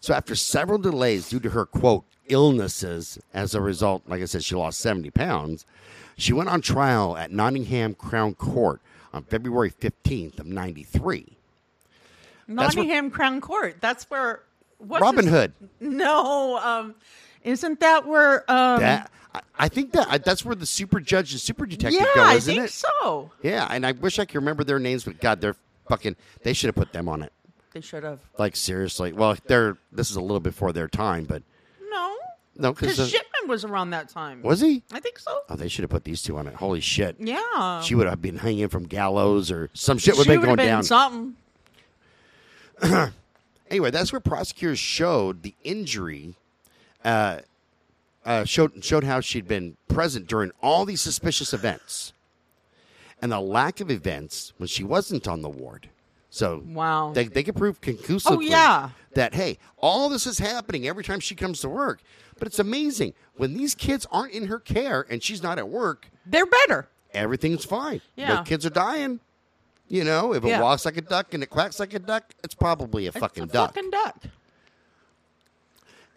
[SPEAKER 1] So after several delays due to her quote illnesses, as a result, like I said, she lost seventy pounds. She went on trial at Nottingham Crown Court on February fifteenth of ninety three. That's what-
[SPEAKER 2] Nottingham Crown Court. That's where. What's
[SPEAKER 1] Robin
[SPEAKER 2] his-
[SPEAKER 1] Hood.
[SPEAKER 2] No. Um, isn't that where. Um,
[SPEAKER 1] That I, I think that I, that's where the super judge and super detective
[SPEAKER 2] yeah,
[SPEAKER 1] go,
[SPEAKER 2] I
[SPEAKER 1] isn't
[SPEAKER 2] think
[SPEAKER 1] it?
[SPEAKER 2] so.
[SPEAKER 1] Yeah, and I wish I could remember their names, but God, they're fucking. They should have put them on it.
[SPEAKER 2] They should have.
[SPEAKER 1] Like seriously. Well, they're this is a little before their time, but
[SPEAKER 2] No.
[SPEAKER 1] no,
[SPEAKER 2] Because
[SPEAKER 1] because uh,
[SPEAKER 2] Shipman was around that time.
[SPEAKER 1] was he?
[SPEAKER 2] I think so.
[SPEAKER 1] Oh, they should have put these two on it. Holy shit.
[SPEAKER 2] Yeah.
[SPEAKER 1] She would have been hanging from gallows or some shit would
[SPEAKER 2] She
[SPEAKER 1] have been
[SPEAKER 2] would've
[SPEAKER 1] going down.
[SPEAKER 2] something.
[SPEAKER 1] anyway, that's where prosecutors showed the injury, uh, uh, showed showed how she'd been present during all these suspicious events, and the lack of events when she wasn't on the ward. So
[SPEAKER 2] Wow. Oh,
[SPEAKER 1] they they could prove conclusively.
[SPEAKER 2] yeah.
[SPEAKER 1] That hey, all this is happening every time she comes to work. But it's amazing when these kids aren't in her care and she's not at work.
[SPEAKER 2] They're better.
[SPEAKER 1] everything's fine.
[SPEAKER 2] Yeah.
[SPEAKER 1] The kids are dying. You know, if it
[SPEAKER 2] Yeah.
[SPEAKER 1] walks like a duck and it quacks like a duck, it's probably a fucking
[SPEAKER 2] it's a
[SPEAKER 1] duck.
[SPEAKER 2] Fucking duck.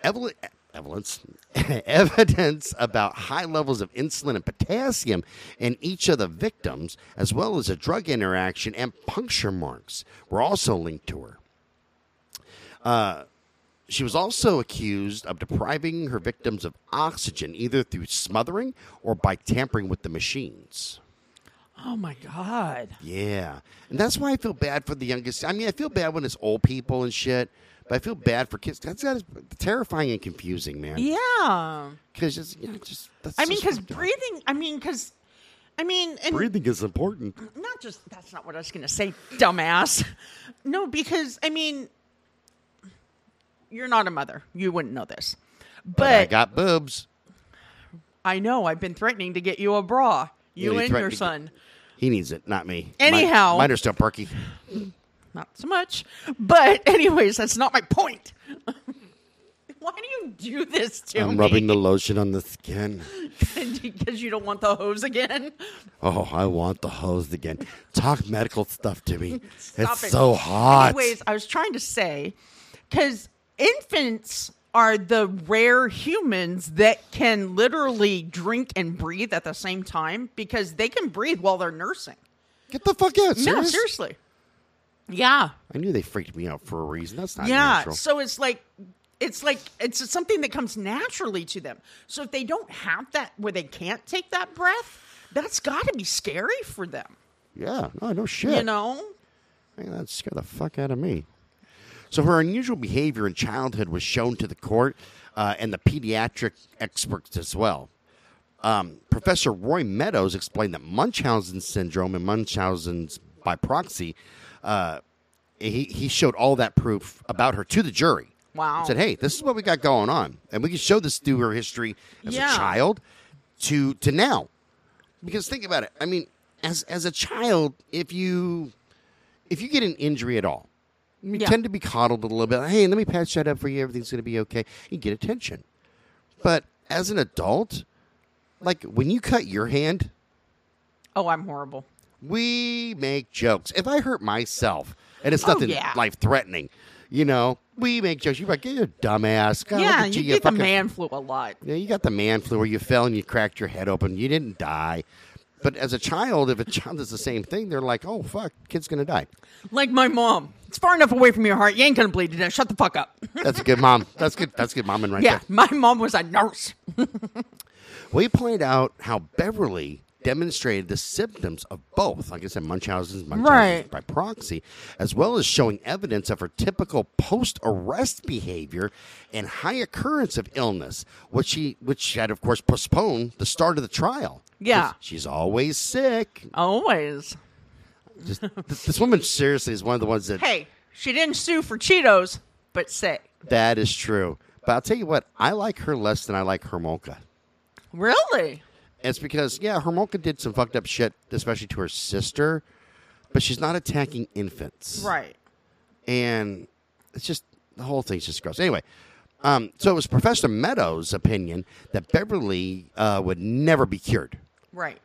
[SPEAKER 1] Evelyn. Evidence, <laughs> evidence about high levels of insulin and potassium in each of the victims, as well as a drug interaction and puncture marks, were also linked to her. Uh, She was also accused of depriving her victims of oxygen, either through smothering or by tampering with the machines.
[SPEAKER 2] Oh my god.
[SPEAKER 1] Yeah. And that's why I feel bad for the youngest. I mean, I feel bad when it's old people and shit, but I feel bad for kids. That's, that's terrifying and confusing, man.
[SPEAKER 2] Yeah.
[SPEAKER 1] Because just, you know, just that's
[SPEAKER 2] I mean,
[SPEAKER 1] just
[SPEAKER 2] because
[SPEAKER 1] fucked up.
[SPEAKER 2] breathing. I mean, because. I mean, and
[SPEAKER 1] breathing is important.
[SPEAKER 2] not just that's not what I was going to say, dumbass. No, because I mean, you're not a mother. You wouldn't know this, but,
[SPEAKER 1] I got boobs.
[SPEAKER 2] I know I've been threatening to get you a bra. You
[SPEAKER 1] Yeah, he
[SPEAKER 2] and your
[SPEAKER 1] threatened to get-
[SPEAKER 2] son.
[SPEAKER 1] He needs it, not me.
[SPEAKER 2] Anyhow.
[SPEAKER 1] mine, mine are still perky.
[SPEAKER 2] not so much. But anyways, that's not my point. <laughs> Why do you do this to
[SPEAKER 1] I'm
[SPEAKER 2] me?
[SPEAKER 1] rubbing the lotion on the skin.
[SPEAKER 2] <laughs> because you don't want the hose again.
[SPEAKER 1] Oh, I want the hose again. Talk medical stuff to me.
[SPEAKER 2] <laughs> Stop
[SPEAKER 1] it's
[SPEAKER 2] it.
[SPEAKER 1] so hot.
[SPEAKER 2] Anyways, I was trying to say because infants are the rare humans that can literally drink and breathe at the same time because they can breathe while they're nursing.
[SPEAKER 1] Get the fuck out.
[SPEAKER 2] No,
[SPEAKER 1] serious?
[SPEAKER 2] seriously. Yeah.
[SPEAKER 1] I knew they freaked me out for a reason. That's not
[SPEAKER 2] yeah
[SPEAKER 1] natural.
[SPEAKER 2] so it's like it's like it's something that comes naturally to them so if they don't have that where they can't take that breath that's got to be scary for them
[SPEAKER 1] Yeah, no, no shit.
[SPEAKER 2] you know
[SPEAKER 1] Hey, that scared the fuck out of me. So her unusual behavior in childhood was shown to the court uh, and the pediatric experts as well. Um, Professor Roy Meadows explained that Munchausen syndrome and Munchausen's by proxy, uh, he, he showed all that proof about her to the jury.
[SPEAKER 2] Wow.
[SPEAKER 1] He said, hey, this is what we got going on. And we can show this through her history as
[SPEAKER 2] Yeah.
[SPEAKER 1] a child to, to now. Because think about it. I mean, as, as a child, if you if you get an injury at all, you
[SPEAKER 2] Yeah.
[SPEAKER 1] tend to be coddled a little bit. Hey, let me patch that up for you. Everything's going to be okay. You get attention. But as an adult, like when you cut your hand,
[SPEAKER 2] oh i'm horrible
[SPEAKER 1] we make jokes. If I hurt myself and it's nothing
[SPEAKER 2] Oh, yeah.
[SPEAKER 1] life threatening, you know, we make jokes. You're like, you're a dumbass. God,
[SPEAKER 2] yeah,
[SPEAKER 1] look at
[SPEAKER 2] you,
[SPEAKER 1] you,
[SPEAKER 2] get the
[SPEAKER 1] fucking-
[SPEAKER 2] man flu a lot.
[SPEAKER 1] Yeah, you got the man flu where you fell and you cracked your head open. You didn't die. But as a child, if a child does the same thing, they're like, oh, fuck, kid's going to die.
[SPEAKER 2] Like my mom. It's far enough away from your heart. You ain't gonna bleed to death. Shut the fuck up.
[SPEAKER 1] That's a good mom. That's good. That's good mom and right
[SPEAKER 2] <laughs> yeah,
[SPEAKER 1] there.
[SPEAKER 2] <laughs> my mom was a nurse.
[SPEAKER 1] We pointed out how Beverly demonstrated the symptoms of both, like I said, Munchausen's, Munchausen's
[SPEAKER 2] Right.
[SPEAKER 1] by proxy, as well as showing evidence of her typical post-arrest behavior and high occurrence of illness, which she, which had, of course, postponed the start of the trial.
[SPEAKER 2] Yeah.
[SPEAKER 1] 'Cause She's always sick.
[SPEAKER 2] Always.
[SPEAKER 1] Just, this, this woman seriously is one of the ones that
[SPEAKER 2] Hey, she didn't sue for Cheetos, but say,
[SPEAKER 1] that is true. But I'll tell you what, I like her less than I like Hermolka.
[SPEAKER 2] really?
[SPEAKER 1] It's because yeah, Hermolka did some fucked up shit, especially to her sister, but she's not attacking infants,
[SPEAKER 2] Right.
[SPEAKER 1] And it's just the whole thing's just gross. Anyway, um, so it was Professor Meadows' opinion that Beverly uh, would never be cured,
[SPEAKER 2] Right.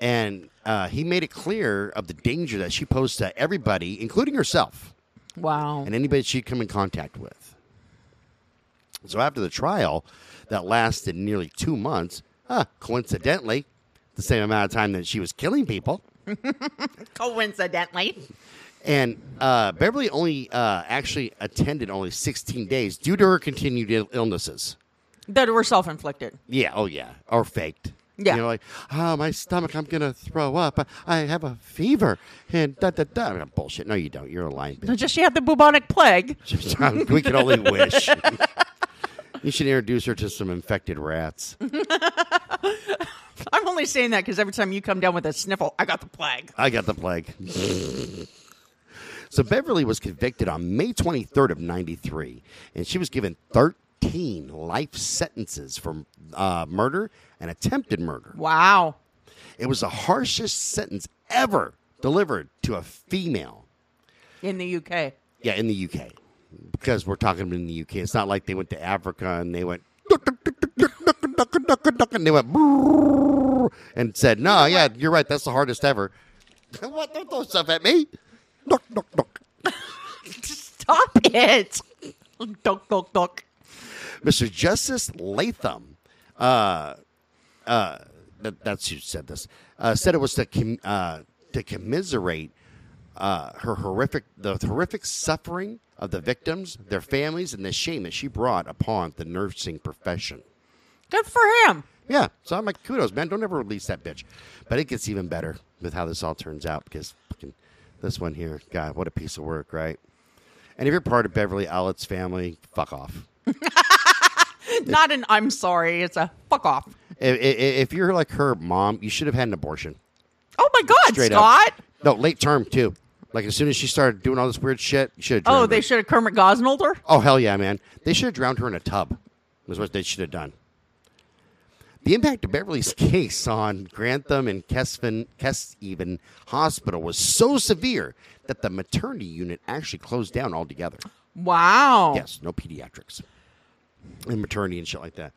[SPEAKER 1] and uh, he made it clear of the danger that she posed to everybody, including herself
[SPEAKER 2] Wow.
[SPEAKER 1] and anybody she'd come in contact with. So after the trial that lasted nearly two months, huh, coincidentally, the same amount of time that she was killing people,
[SPEAKER 2] Coincidentally.
[SPEAKER 1] and uh, Beverly only uh, actually attended only 16 days due to her continued Ill- illnesses.
[SPEAKER 2] That were self inflicted.
[SPEAKER 1] Yeah, oh yeah, or faked.
[SPEAKER 2] Yeah.
[SPEAKER 1] You know, like, oh, my stomach, I'm going to throw up. I have a fever. And da da da. Bullshit. No, you don't. You're a lying bitch.
[SPEAKER 2] Just she had the bubonic plague.
[SPEAKER 1] we can only wish. you should introduce her to some infected rats.
[SPEAKER 2] I'm only saying that because every time you come down with a sniffle, I got the plague.
[SPEAKER 1] I got the plague. so Beverly was convicted on May 23rd of 93, and she was given 13 life sentences for uh, murder and attempted murder.
[SPEAKER 2] Wow.
[SPEAKER 1] It was the harshest sentence ever delivered to a female.
[SPEAKER 2] In the UK.
[SPEAKER 1] Yeah, in the UK. Because we're talking in the UK. It's not like they went to Africa and they went <laughs> and they went <laughs> brrrr and said, No, yeah, you're right, that's the hardest ever. <laughs> What don't throw stuff at me? Knock, knock, knock.
[SPEAKER 2] Stop it. Duck, duck, duck.
[SPEAKER 1] Mr. Justice Latham, uh, uh, that, that's who said this, uh, said it was to, com- uh, to commiserate uh, her horrific, the horrific suffering of the victims, their families, and the shame that she brought upon the nursing profession.
[SPEAKER 2] Good for him.
[SPEAKER 1] Yeah, so I'm like, kudos, man. Don't ever release that bitch. But it gets even better with how this all turns out because fucking this one here, God, what a piece of work, right? And if you're part of Beverly Ollett's family, fuck off.
[SPEAKER 2] Not an I'm sorry. It's a fuck off.
[SPEAKER 1] If, if, if you're like her mom, you should have had an abortion.
[SPEAKER 2] Oh my God,
[SPEAKER 1] Straight
[SPEAKER 2] Scott.
[SPEAKER 1] up. No, late term too. Like as soon as she started doing all this weird shit, you should have.
[SPEAKER 2] Oh,
[SPEAKER 1] drowned
[SPEAKER 2] they
[SPEAKER 1] her.
[SPEAKER 2] should have Kermit Gosnold her?
[SPEAKER 1] Oh hell yeah, man! They should have drowned her in a tub. Is what they should have done. The impact of Beverly's case on Grantham and Kesven, Kesven Hospital was so severe that the maternity unit actually closed down altogether.
[SPEAKER 2] Wow.
[SPEAKER 1] Yes, no pediatrics and maternity and shit like that.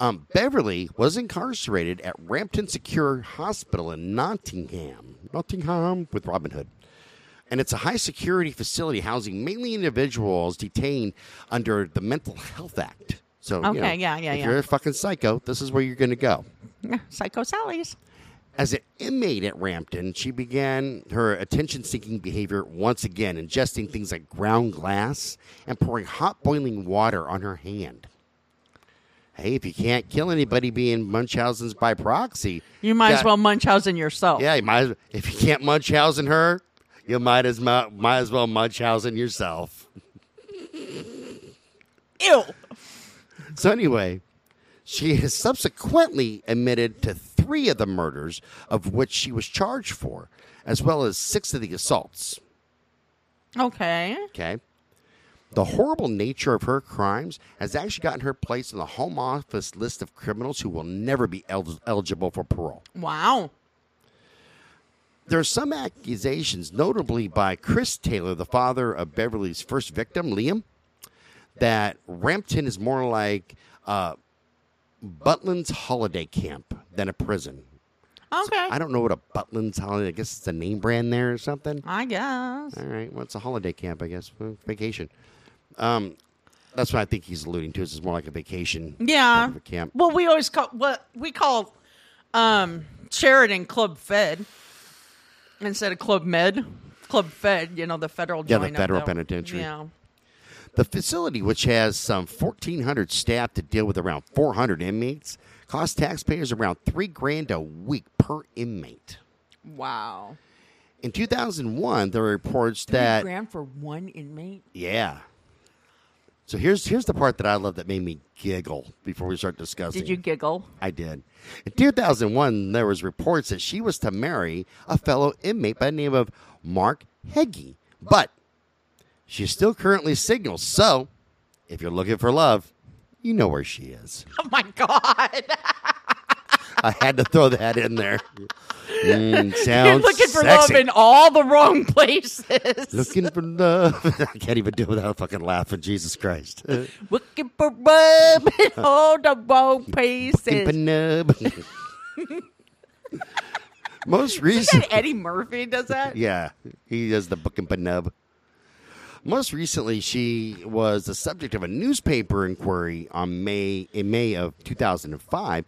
[SPEAKER 1] Um, Beverly was incarcerated at Rampton Secure Hospital in Nottingham, Nottingham with Robin Hood. And it's a high security facility housing mainly individuals detained under the Mental Health Act. So, you
[SPEAKER 2] Okay,
[SPEAKER 1] know,
[SPEAKER 2] yeah, yeah,
[SPEAKER 1] if
[SPEAKER 2] yeah.
[SPEAKER 1] you're a fucking psycho, this is where you're going to go.
[SPEAKER 2] Psycho Sally's.
[SPEAKER 1] As an inmate at Rampton, she began her attention seeking behavior once again, ingesting things like ground glass and pouring hot boiling water on her hand. Hey, if you can't kill anybody being Munchausen's by proxy,
[SPEAKER 2] You might as
[SPEAKER 1] yeah,
[SPEAKER 2] well Munchausen yourself.
[SPEAKER 1] Yeah, you might. As, if you can't Munchausen her, you might as mu- might as well Munchausen yourself.
[SPEAKER 2] Ew.
[SPEAKER 1] So anyway, she has subsequently admitted to three of the murders of which she was charged for, as well as six of the assaults.
[SPEAKER 2] Okay.
[SPEAKER 1] Okay. The horrible nature of her crimes has actually gotten her placed in the Home Office list of criminals who will never be el- eligible for parole.
[SPEAKER 2] Wow.
[SPEAKER 1] There are some accusations, notably by Chris Taylor, the father of Beverly's first victim, Liam, that Rampton is more like uh, Butlin's holiday camp than a prison.
[SPEAKER 2] Okay.
[SPEAKER 1] I don't know what a Butlin's holiday. I guess it's a name brand there or something.
[SPEAKER 2] I guess.
[SPEAKER 1] All right. Well, it's a holiday camp, I guess. Well, Vacation. Um, that's what I think he's alluding to. Is it's more like a vacation.
[SPEAKER 2] Yeah.
[SPEAKER 1] type of a camp.
[SPEAKER 2] Well, we always call what we call um, Sheridan Club Fed instead of Club Med. Club Fed, you know, the federal
[SPEAKER 1] Yeah, the
[SPEAKER 2] joint of
[SPEAKER 1] federal
[SPEAKER 2] that-
[SPEAKER 1] penitentiary.
[SPEAKER 2] Yeah.
[SPEAKER 1] The facility, which has some 1,400 staff to deal with around 400 inmates, costs taxpayers around three grand a week per inmate.
[SPEAKER 2] Wow.
[SPEAKER 1] In 2001, there were reports that
[SPEAKER 2] grand for one inmate?
[SPEAKER 1] yeah. So here's here's the part that I love that made me giggle before we start discussing.
[SPEAKER 2] Did you giggle?
[SPEAKER 1] I did. In 2001, there was reports that she was to marry a fellow inmate by the name of Mark Heggie, but she's still currently single. So, if you're looking for love, you know where she is.
[SPEAKER 2] <laughs> Oh my god!
[SPEAKER 1] I had to throw that in there.
[SPEAKER 2] <laughs>
[SPEAKER 1] Mm,
[SPEAKER 2] You're
[SPEAKER 1] sounds
[SPEAKER 2] looking for
[SPEAKER 1] sexy.
[SPEAKER 2] love <laughs> in all the wrong places.
[SPEAKER 1] Looking for love. <laughs> I can't even do it without fucking laughing. Jesus Christ.
[SPEAKER 2] <laughs> looking for love in all the wrong places. <laughs>
[SPEAKER 1] Looking for love. Most recent.
[SPEAKER 2] That Eddie Murphy does that.
[SPEAKER 1] Yeah, he does the book and panub. Most recently, she was the subject of a newspaper inquiry on May in May of 2005,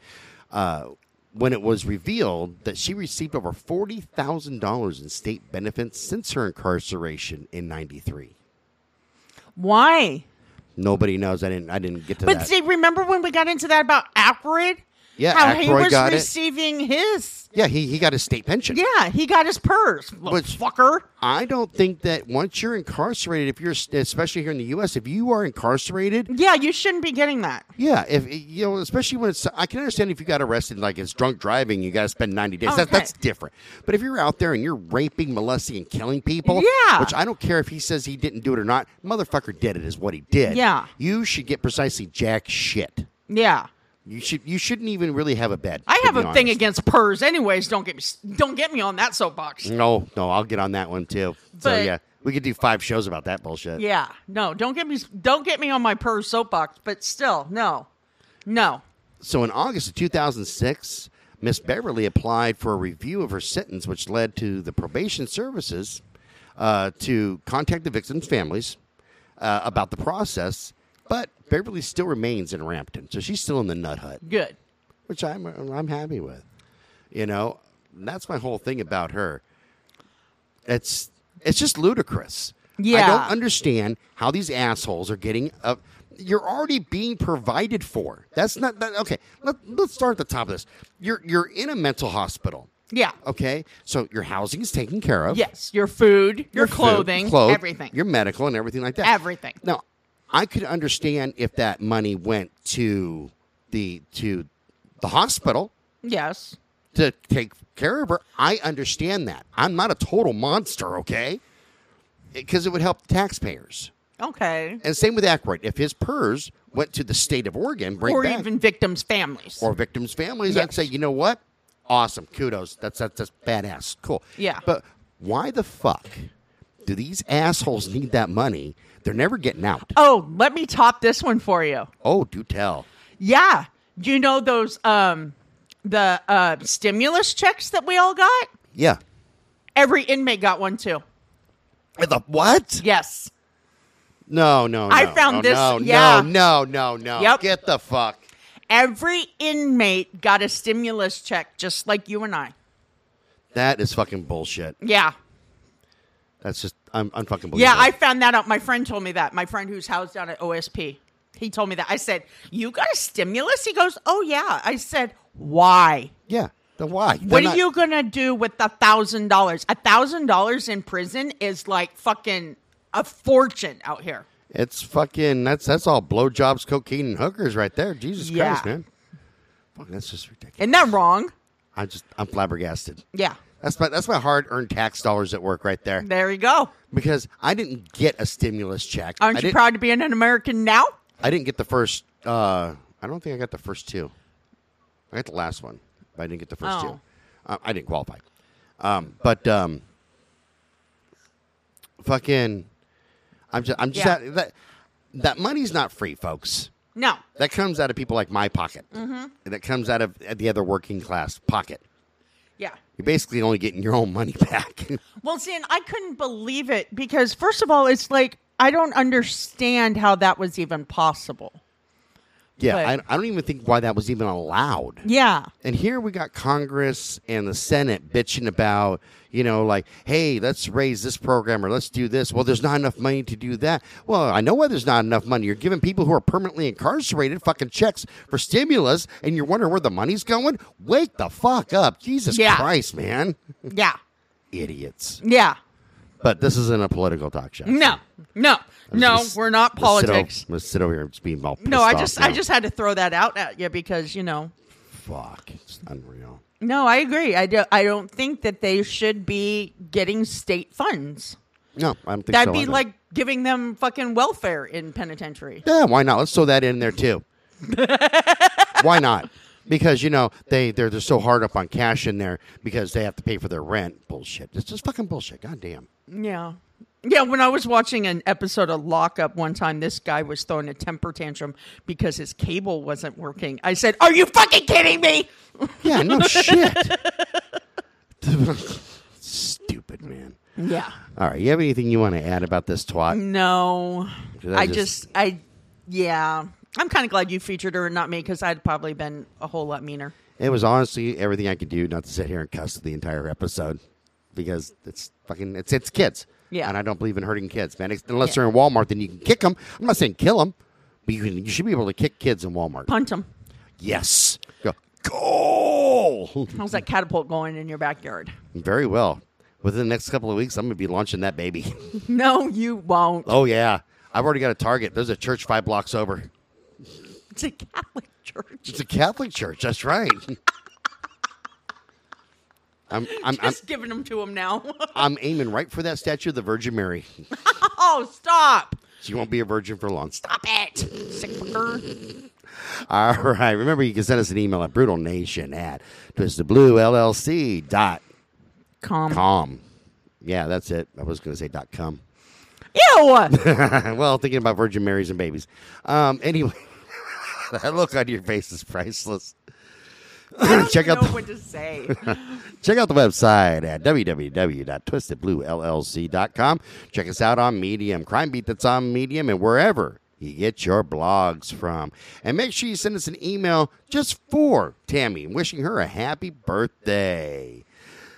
[SPEAKER 1] uh, when it was revealed that she received over forty thousand dollars in state benefits since her incarceration in '93.
[SPEAKER 2] Why?
[SPEAKER 1] Nobody knows. I didn't. I didn't get to
[SPEAKER 2] But
[SPEAKER 1] that.
[SPEAKER 2] see, remember when we got into that about Aykroyd?
[SPEAKER 1] Yeah,
[SPEAKER 2] how he
[SPEAKER 1] Aykroyd
[SPEAKER 2] was
[SPEAKER 1] got it.
[SPEAKER 2] receiving his.
[SPEAKER 1] yeah, he he got his state pension.
[SPEAKER 2] Yeah, he got his purse. Little
[SPEAKER 1] Which-
[SPEAKER 2] fucker.
[SPEAKER 1] I don't think that once you're incarcerated, if you're especially here in the U.S., if you are incarcerated,
[SPEAKER 2] Yeah, you shouldn't be getting that.
[SPEAKER 1] Yeah, if you know, especially when it's, I can understand if you got arrested, like it's drunk driving, you got to spend ninety days. That,
[SPEAKER 2] Okay.
[SPEAKER 1] that's different. But if you're out there and you're raping, molesting, and killing people,
[SPEAKER 2] Yeah.
[SPEAKER 1] which I don't care if he says he didn't do it or not, motherfucker did it is what he did.
[SPEAKER 2] Yeah.
[SPEAKER 1] you should get precisely jack shit.
[SPEAKER 2] Yeah.
[SPEAKER 1] You should you shouldn't even really have a bed.
[SPEAKER 2] I
[SPEAKER 1] to
[SPEAKER 2] have
[SPEAKER 1] be
[SPEAKER 2] a thing
[SPEAKER 1] honest.
[SPEAKER 2] against purrs, anyways. Don't get me don't get me on that soapbox.
[SPEAKER 1] No, no, I'll get on that one too. so
[SPEAKER 2] But-
[SPEAKER 1] yeah, we could do five shows about that bullshit.
[SPEAKER 2] Yeah, no, don't get me don't get me on my purrs soapbox. But still, no, no.
[SPEAKER 1] So in August of 2006, Miss Beverly applied for a review of her sentence, which led to the probation services uh, to contact the victims' families uh, about the process. But Beverly still remains in Rampton, so she's still in the nut hut,
[SPEAKER 2] Good.
[SPEAKER 1] which I'm I'm happy with. You know, And that's my whole thing about her. It's it's just ludicrous. I
[SPEAKER 2] Yeah.
[SPEAKER 1] don't understand how these assholes are getting up. You're already being provided for. That's not that okay. Let, let's start at the top of this. You're you're in a mental hospital.
[SPEAKER 2] Yeah.
[SPEAKER 1] Okay, so your housing is taken care of.
[SPEAKER 2] Yes, your food, your,
[SPEAKER 1] food,
[SPEAKER 2] clothing,
[SPEAKER 1] clothes,
[SPEAKER 2] everything.
[SPEAKER 1] your medical, and everything like that.
[SPEAKER 2] Everything.
[SPEAKER 1] Now, I could understand if that money went to the to the hospital
[SPEAKER 2] yes.
[SPEAKER 1] to take care of her. I understand that. I'm not a total monster, okay? Because it would help taxpayers.
[SPEAKER 2] Okay.
[SPEAKER 1] And same with Aykroyd. If his PERS went to the state of Oregon, bring
[SPEAKER 2] Or
[SPEAKER 1] back,
[SPEAKER 2] even victims' families.
[SPEAKER 1] or victims' families, I'd
[SPEAKER 2] Yes.
[SPEAKER 1] say, you know what? Awesome. Kudos. That's that's, that's badass. Cool.
[SPEAKER 2] Yeah.
[SPEAKER 1] But why the fuck do these assholes need that money? They're never getting out.
[SPEAKER 2] oh, let me top this one for you.
[SPEAKER 1] Oh, do tell.
[SPEAKER 2] Yeah. You know those um the uh stimulus checks that we all got?
[SPEAKER 1] Yeah.
[SPEAKER 2] Every inmate got one too.
[SPEAKER 1] With a what?
[SPEAKER 2] Yes.
[SPEAKER 1] No, no, no.
[SPEAKER 2] I found
[SPEAKER 1] no,
[SPEAKER 2] this-
[SPEAKER 1] No,
[SPEAKER 2] yeah.
[SPEAKER 1] no, no, no, no.
[SPEAKER 2] Yep.
[SPEAKER 1] Get the fuck.
[SPEAKER 2] Every inmate got a stimulus check just like you and I.
[SPEAKER 1] That is fucking bullshit.
[SPEAKER 2] Yeah.
[SPEAKER 1] That's just I'm unfucking believable.
[SPEAKER 2] Yeah, I found that out. My friend told me that. My friend who's housed down at OSP. He told me that. I said, "You got a stimulus?" He goes, "Oh yeah." I said, "Why?"
[SPEAKER 1] yeah. Then why? They're
[SPEAKER 2] What
[SPEAKER 1] not-
[SPEAKER 2] are you gonna do with a thousand dollars? A thousand dollars in prison is like fucking a fortune out here.
[SPEAKER 1] It's fucking. That's that's all blowjobs, cocaine, and hookers right there. Jesus
[SPEAKER 2] Yeah.
[SPEAKER 1] Christ, man. Fuck, that's just ridiculous.
[SPEAKER 2] Isn't that wrong?
[SPEAKER 1] I just I'm flabbergasted.
[SPEAKER 2] Yeah.
[SPEAKER 1] That's my that's my hard earned tax dollars at work right there
[SPEAKER 2] There you go.
[SPEAKER 1] because I didn't get a stimulus check. I
[SPEAKER 2] Aren't you
[SPEAKER 1] didn't,
[SPEAKER 2] proud to be an American now?
[SPEAKER 1] I didn't get the first. uh I don't think I got the first two. I got the last one, but I didn't get the first
[SPEAKER 2] Oh.
[SPEAKER 1] two. Uh, I didn't qualify. Um, but um, fucking, I'm just I'm just
[SPEAKER 2] Yeah.
[SPEAKER 1] at- that that money's not free, folks.
[SPEAKER 2] No.
[SPEAKER 1] That comes out of people like my pocket. Mm-hmm. That comes out of the other working class pocket.
[SPEAKER 2] Yeah.
[SPEAKER 1] You're basically only getting your own money <laughs> back.
[SPEAKER 2] Well, see, and I couldn't believe it because, first of all, it's like I don't understand how that was even possible.
[SPEAKER 1] Yeah,
[SPEAKER 2] But-
[SPEAKER 1] I, I don't even think why that was even allowed.
[SPEAKER 2] Yeah.
[SPEAKER 1] And here we got Congress and the Senate bitching about, you know, like, hey, let's raise this program or let's do this. Well, there's not enough money to do that. Well, I know why there's not enough money. You're giving people who are permanently incarcerated fucking checks for stimulus and you're wondering where the money's going? Wake the fuck up. Jesus
[SPEAKER 2] Yeah.
[SPEAKER 1] Christ, man.
[SPEAKER 2] Yeah.
[SPEAKER 1] Idiots.
[SPEAKER 2] Yeah.
[SPEAKER 1] But this isn't a political talk show.
[SPEAKER 2] No. No. No, we're not politics.
[SPEAKER 1] I'm going to sit over here and be all
[SPEAKER 2] No,
[SPEAKER 1] pissed
[SPEAKER 2] I
[SPEAKER 1] off
[SPEAKER 2] just
[SPEAKER 1] now.
[SPEAKER 2] I just had to throw that out at you because, you know,
[SPEAKER 1] Fuck. It's unreal.
[SPEAKER 2] no, I agree. I do, I don't think that they should be getting state funds.
[SPEAKER 1] No, I don't think
[SPEAKER 2] That'd
[SPEAKER 1] so
[SPEAKER 2] be
[SPEAKER 1] either.
[SPEAKER 2] like giving them fucking welfare in penitentiary.
[SPEAKER 1] Yeah, why not? Let's throw that in there
[SPEAKER 2] <laughs>
[SPEAKER 1] too. why not? Because you know they they're just so hard up on cash in there because they have to pay for their rent. Bullshit. It's just fucking bullshit. God damn.
[SPEAKER 2] Yeah. Yeah, when I was watching an episode of Lockup one time, this guy was throwing a temper tantrum because his cable wasn't working. I said, Are you fucking kidding me?
[SPEAKER 1] Yeah,
[SPEAKER 2] <laughs>
[SPEAKER 1] no shit. <laughs> Stupid man.
[SPEAKER 2] Yeah.
[SPEAKER 1] All right, you have anything you want to add about this twat?
[SPEAKER 2] No.
[SPEAKER 1] Did I
[SPEAKER 2] I
[SPEAKER 1] just-
[SPEAKER 2] just, I, yeah. I'm kind of glad you featured her and not me because I'd probably been a whole lot meaner.
[SPEAKER 1] It was honestly everything I could do not to sit here and cuss the entire episode because it's fucking it's it's kids.
[SPEAKER 2] Yeah.
[SPEAKER 1] And I don't believe in hurting kids, man. Ex- Unless
[SPEAKER 2] Yeah.
[SPEAKER 1] they're in Walmart, then you can kick them. I'm not saying kill them, but you can, you should be able to kick kids in Walmart.
[SPEAKER 2] Punt them.
[SPEAKER 1] Yes. Go. Goal.
[SPEAKER 2] How's that catapult going in your backyard? <laughs>
[SPEAKER 1] Very well. Within the next couple of weeks, I'm going to be launching that baby. <laughs>
[SPEAKER 2] No, you won't.
[SPEAKER 1] Oh, yeah. I've already got a target. There's a church five blocks over.
[SPEAKER 2] It's a Catholic church.
[SPEAKER 1] It's a Catholic church. That's right. <laughs> I'm, <laughs> I'm, I'm,
[SPEAKER 2] Just giving them to him now. <laughs>
[SPEAKER 1] I'm aiming right for that statue of the Virgin Mary.
[SPEAKER 2] oh, stop.
[SPEAKER 1] She won't be a virgin for long.
[SPEAKER 2] Stop it. Sick fucker.
[SPEAKER 1] All right. Remember, you can send us an email at brutalnation at twistedbluellc.com.
[SPEAKER 2] Calm.
[SPEAKER 1] Yeah, that's it. I was going to say dot com. <laughs>
[SPEAKER 2] Ew.
[SPEAKER 1] well, thinking about Virgin Marys and babies. Um, anyway, <laughs> that look on your face is priceless. <clears throat> check out
[SPEAKER 2] know
[SPEAKER 1] the,
[SPEAKER 2] what to
[SPEAKER 1] <laughs>
[SPEAKER 2] say.
[SPEAKER 1] check out the website at www.twistedbluellc.com. Check us out on Medium, Crime Beat that's on Medium, and wherever you get your blogs from. And make sure you send us an email just for Tammy, wishing her a happy birthday.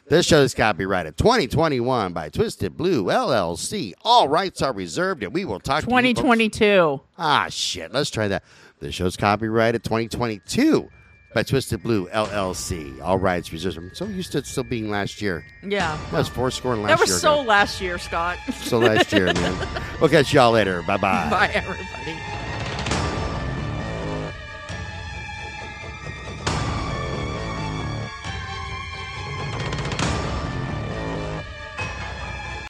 [SPEAKER 1] This show is copyrighted 2021 by Twisted Blue LLC. All rights are reserved, and we will talk to you folks-
[SPEAKER 2] 2022.
[SPEAKER 1] Ah, shit. Let's try that. The show's copyrighted 2022 by Twisted Blue LLC. All rights reserved. I'm so used to it still being last year.
[SPEAKER 2] Yeah.
[SPEAKER 1] That was four score and last
[SPEAKER 2] That
[SPEAKER 1] year.
[SPEAKER 2] was so
[SPEAKER 1] ago.
[SPEAKER 2] last year, Scott. <laughs>
[SPEAKER 1] so last year, man. We'll catch y'all later. Bye bye.
[SPEAKER 2] Bye, everybody.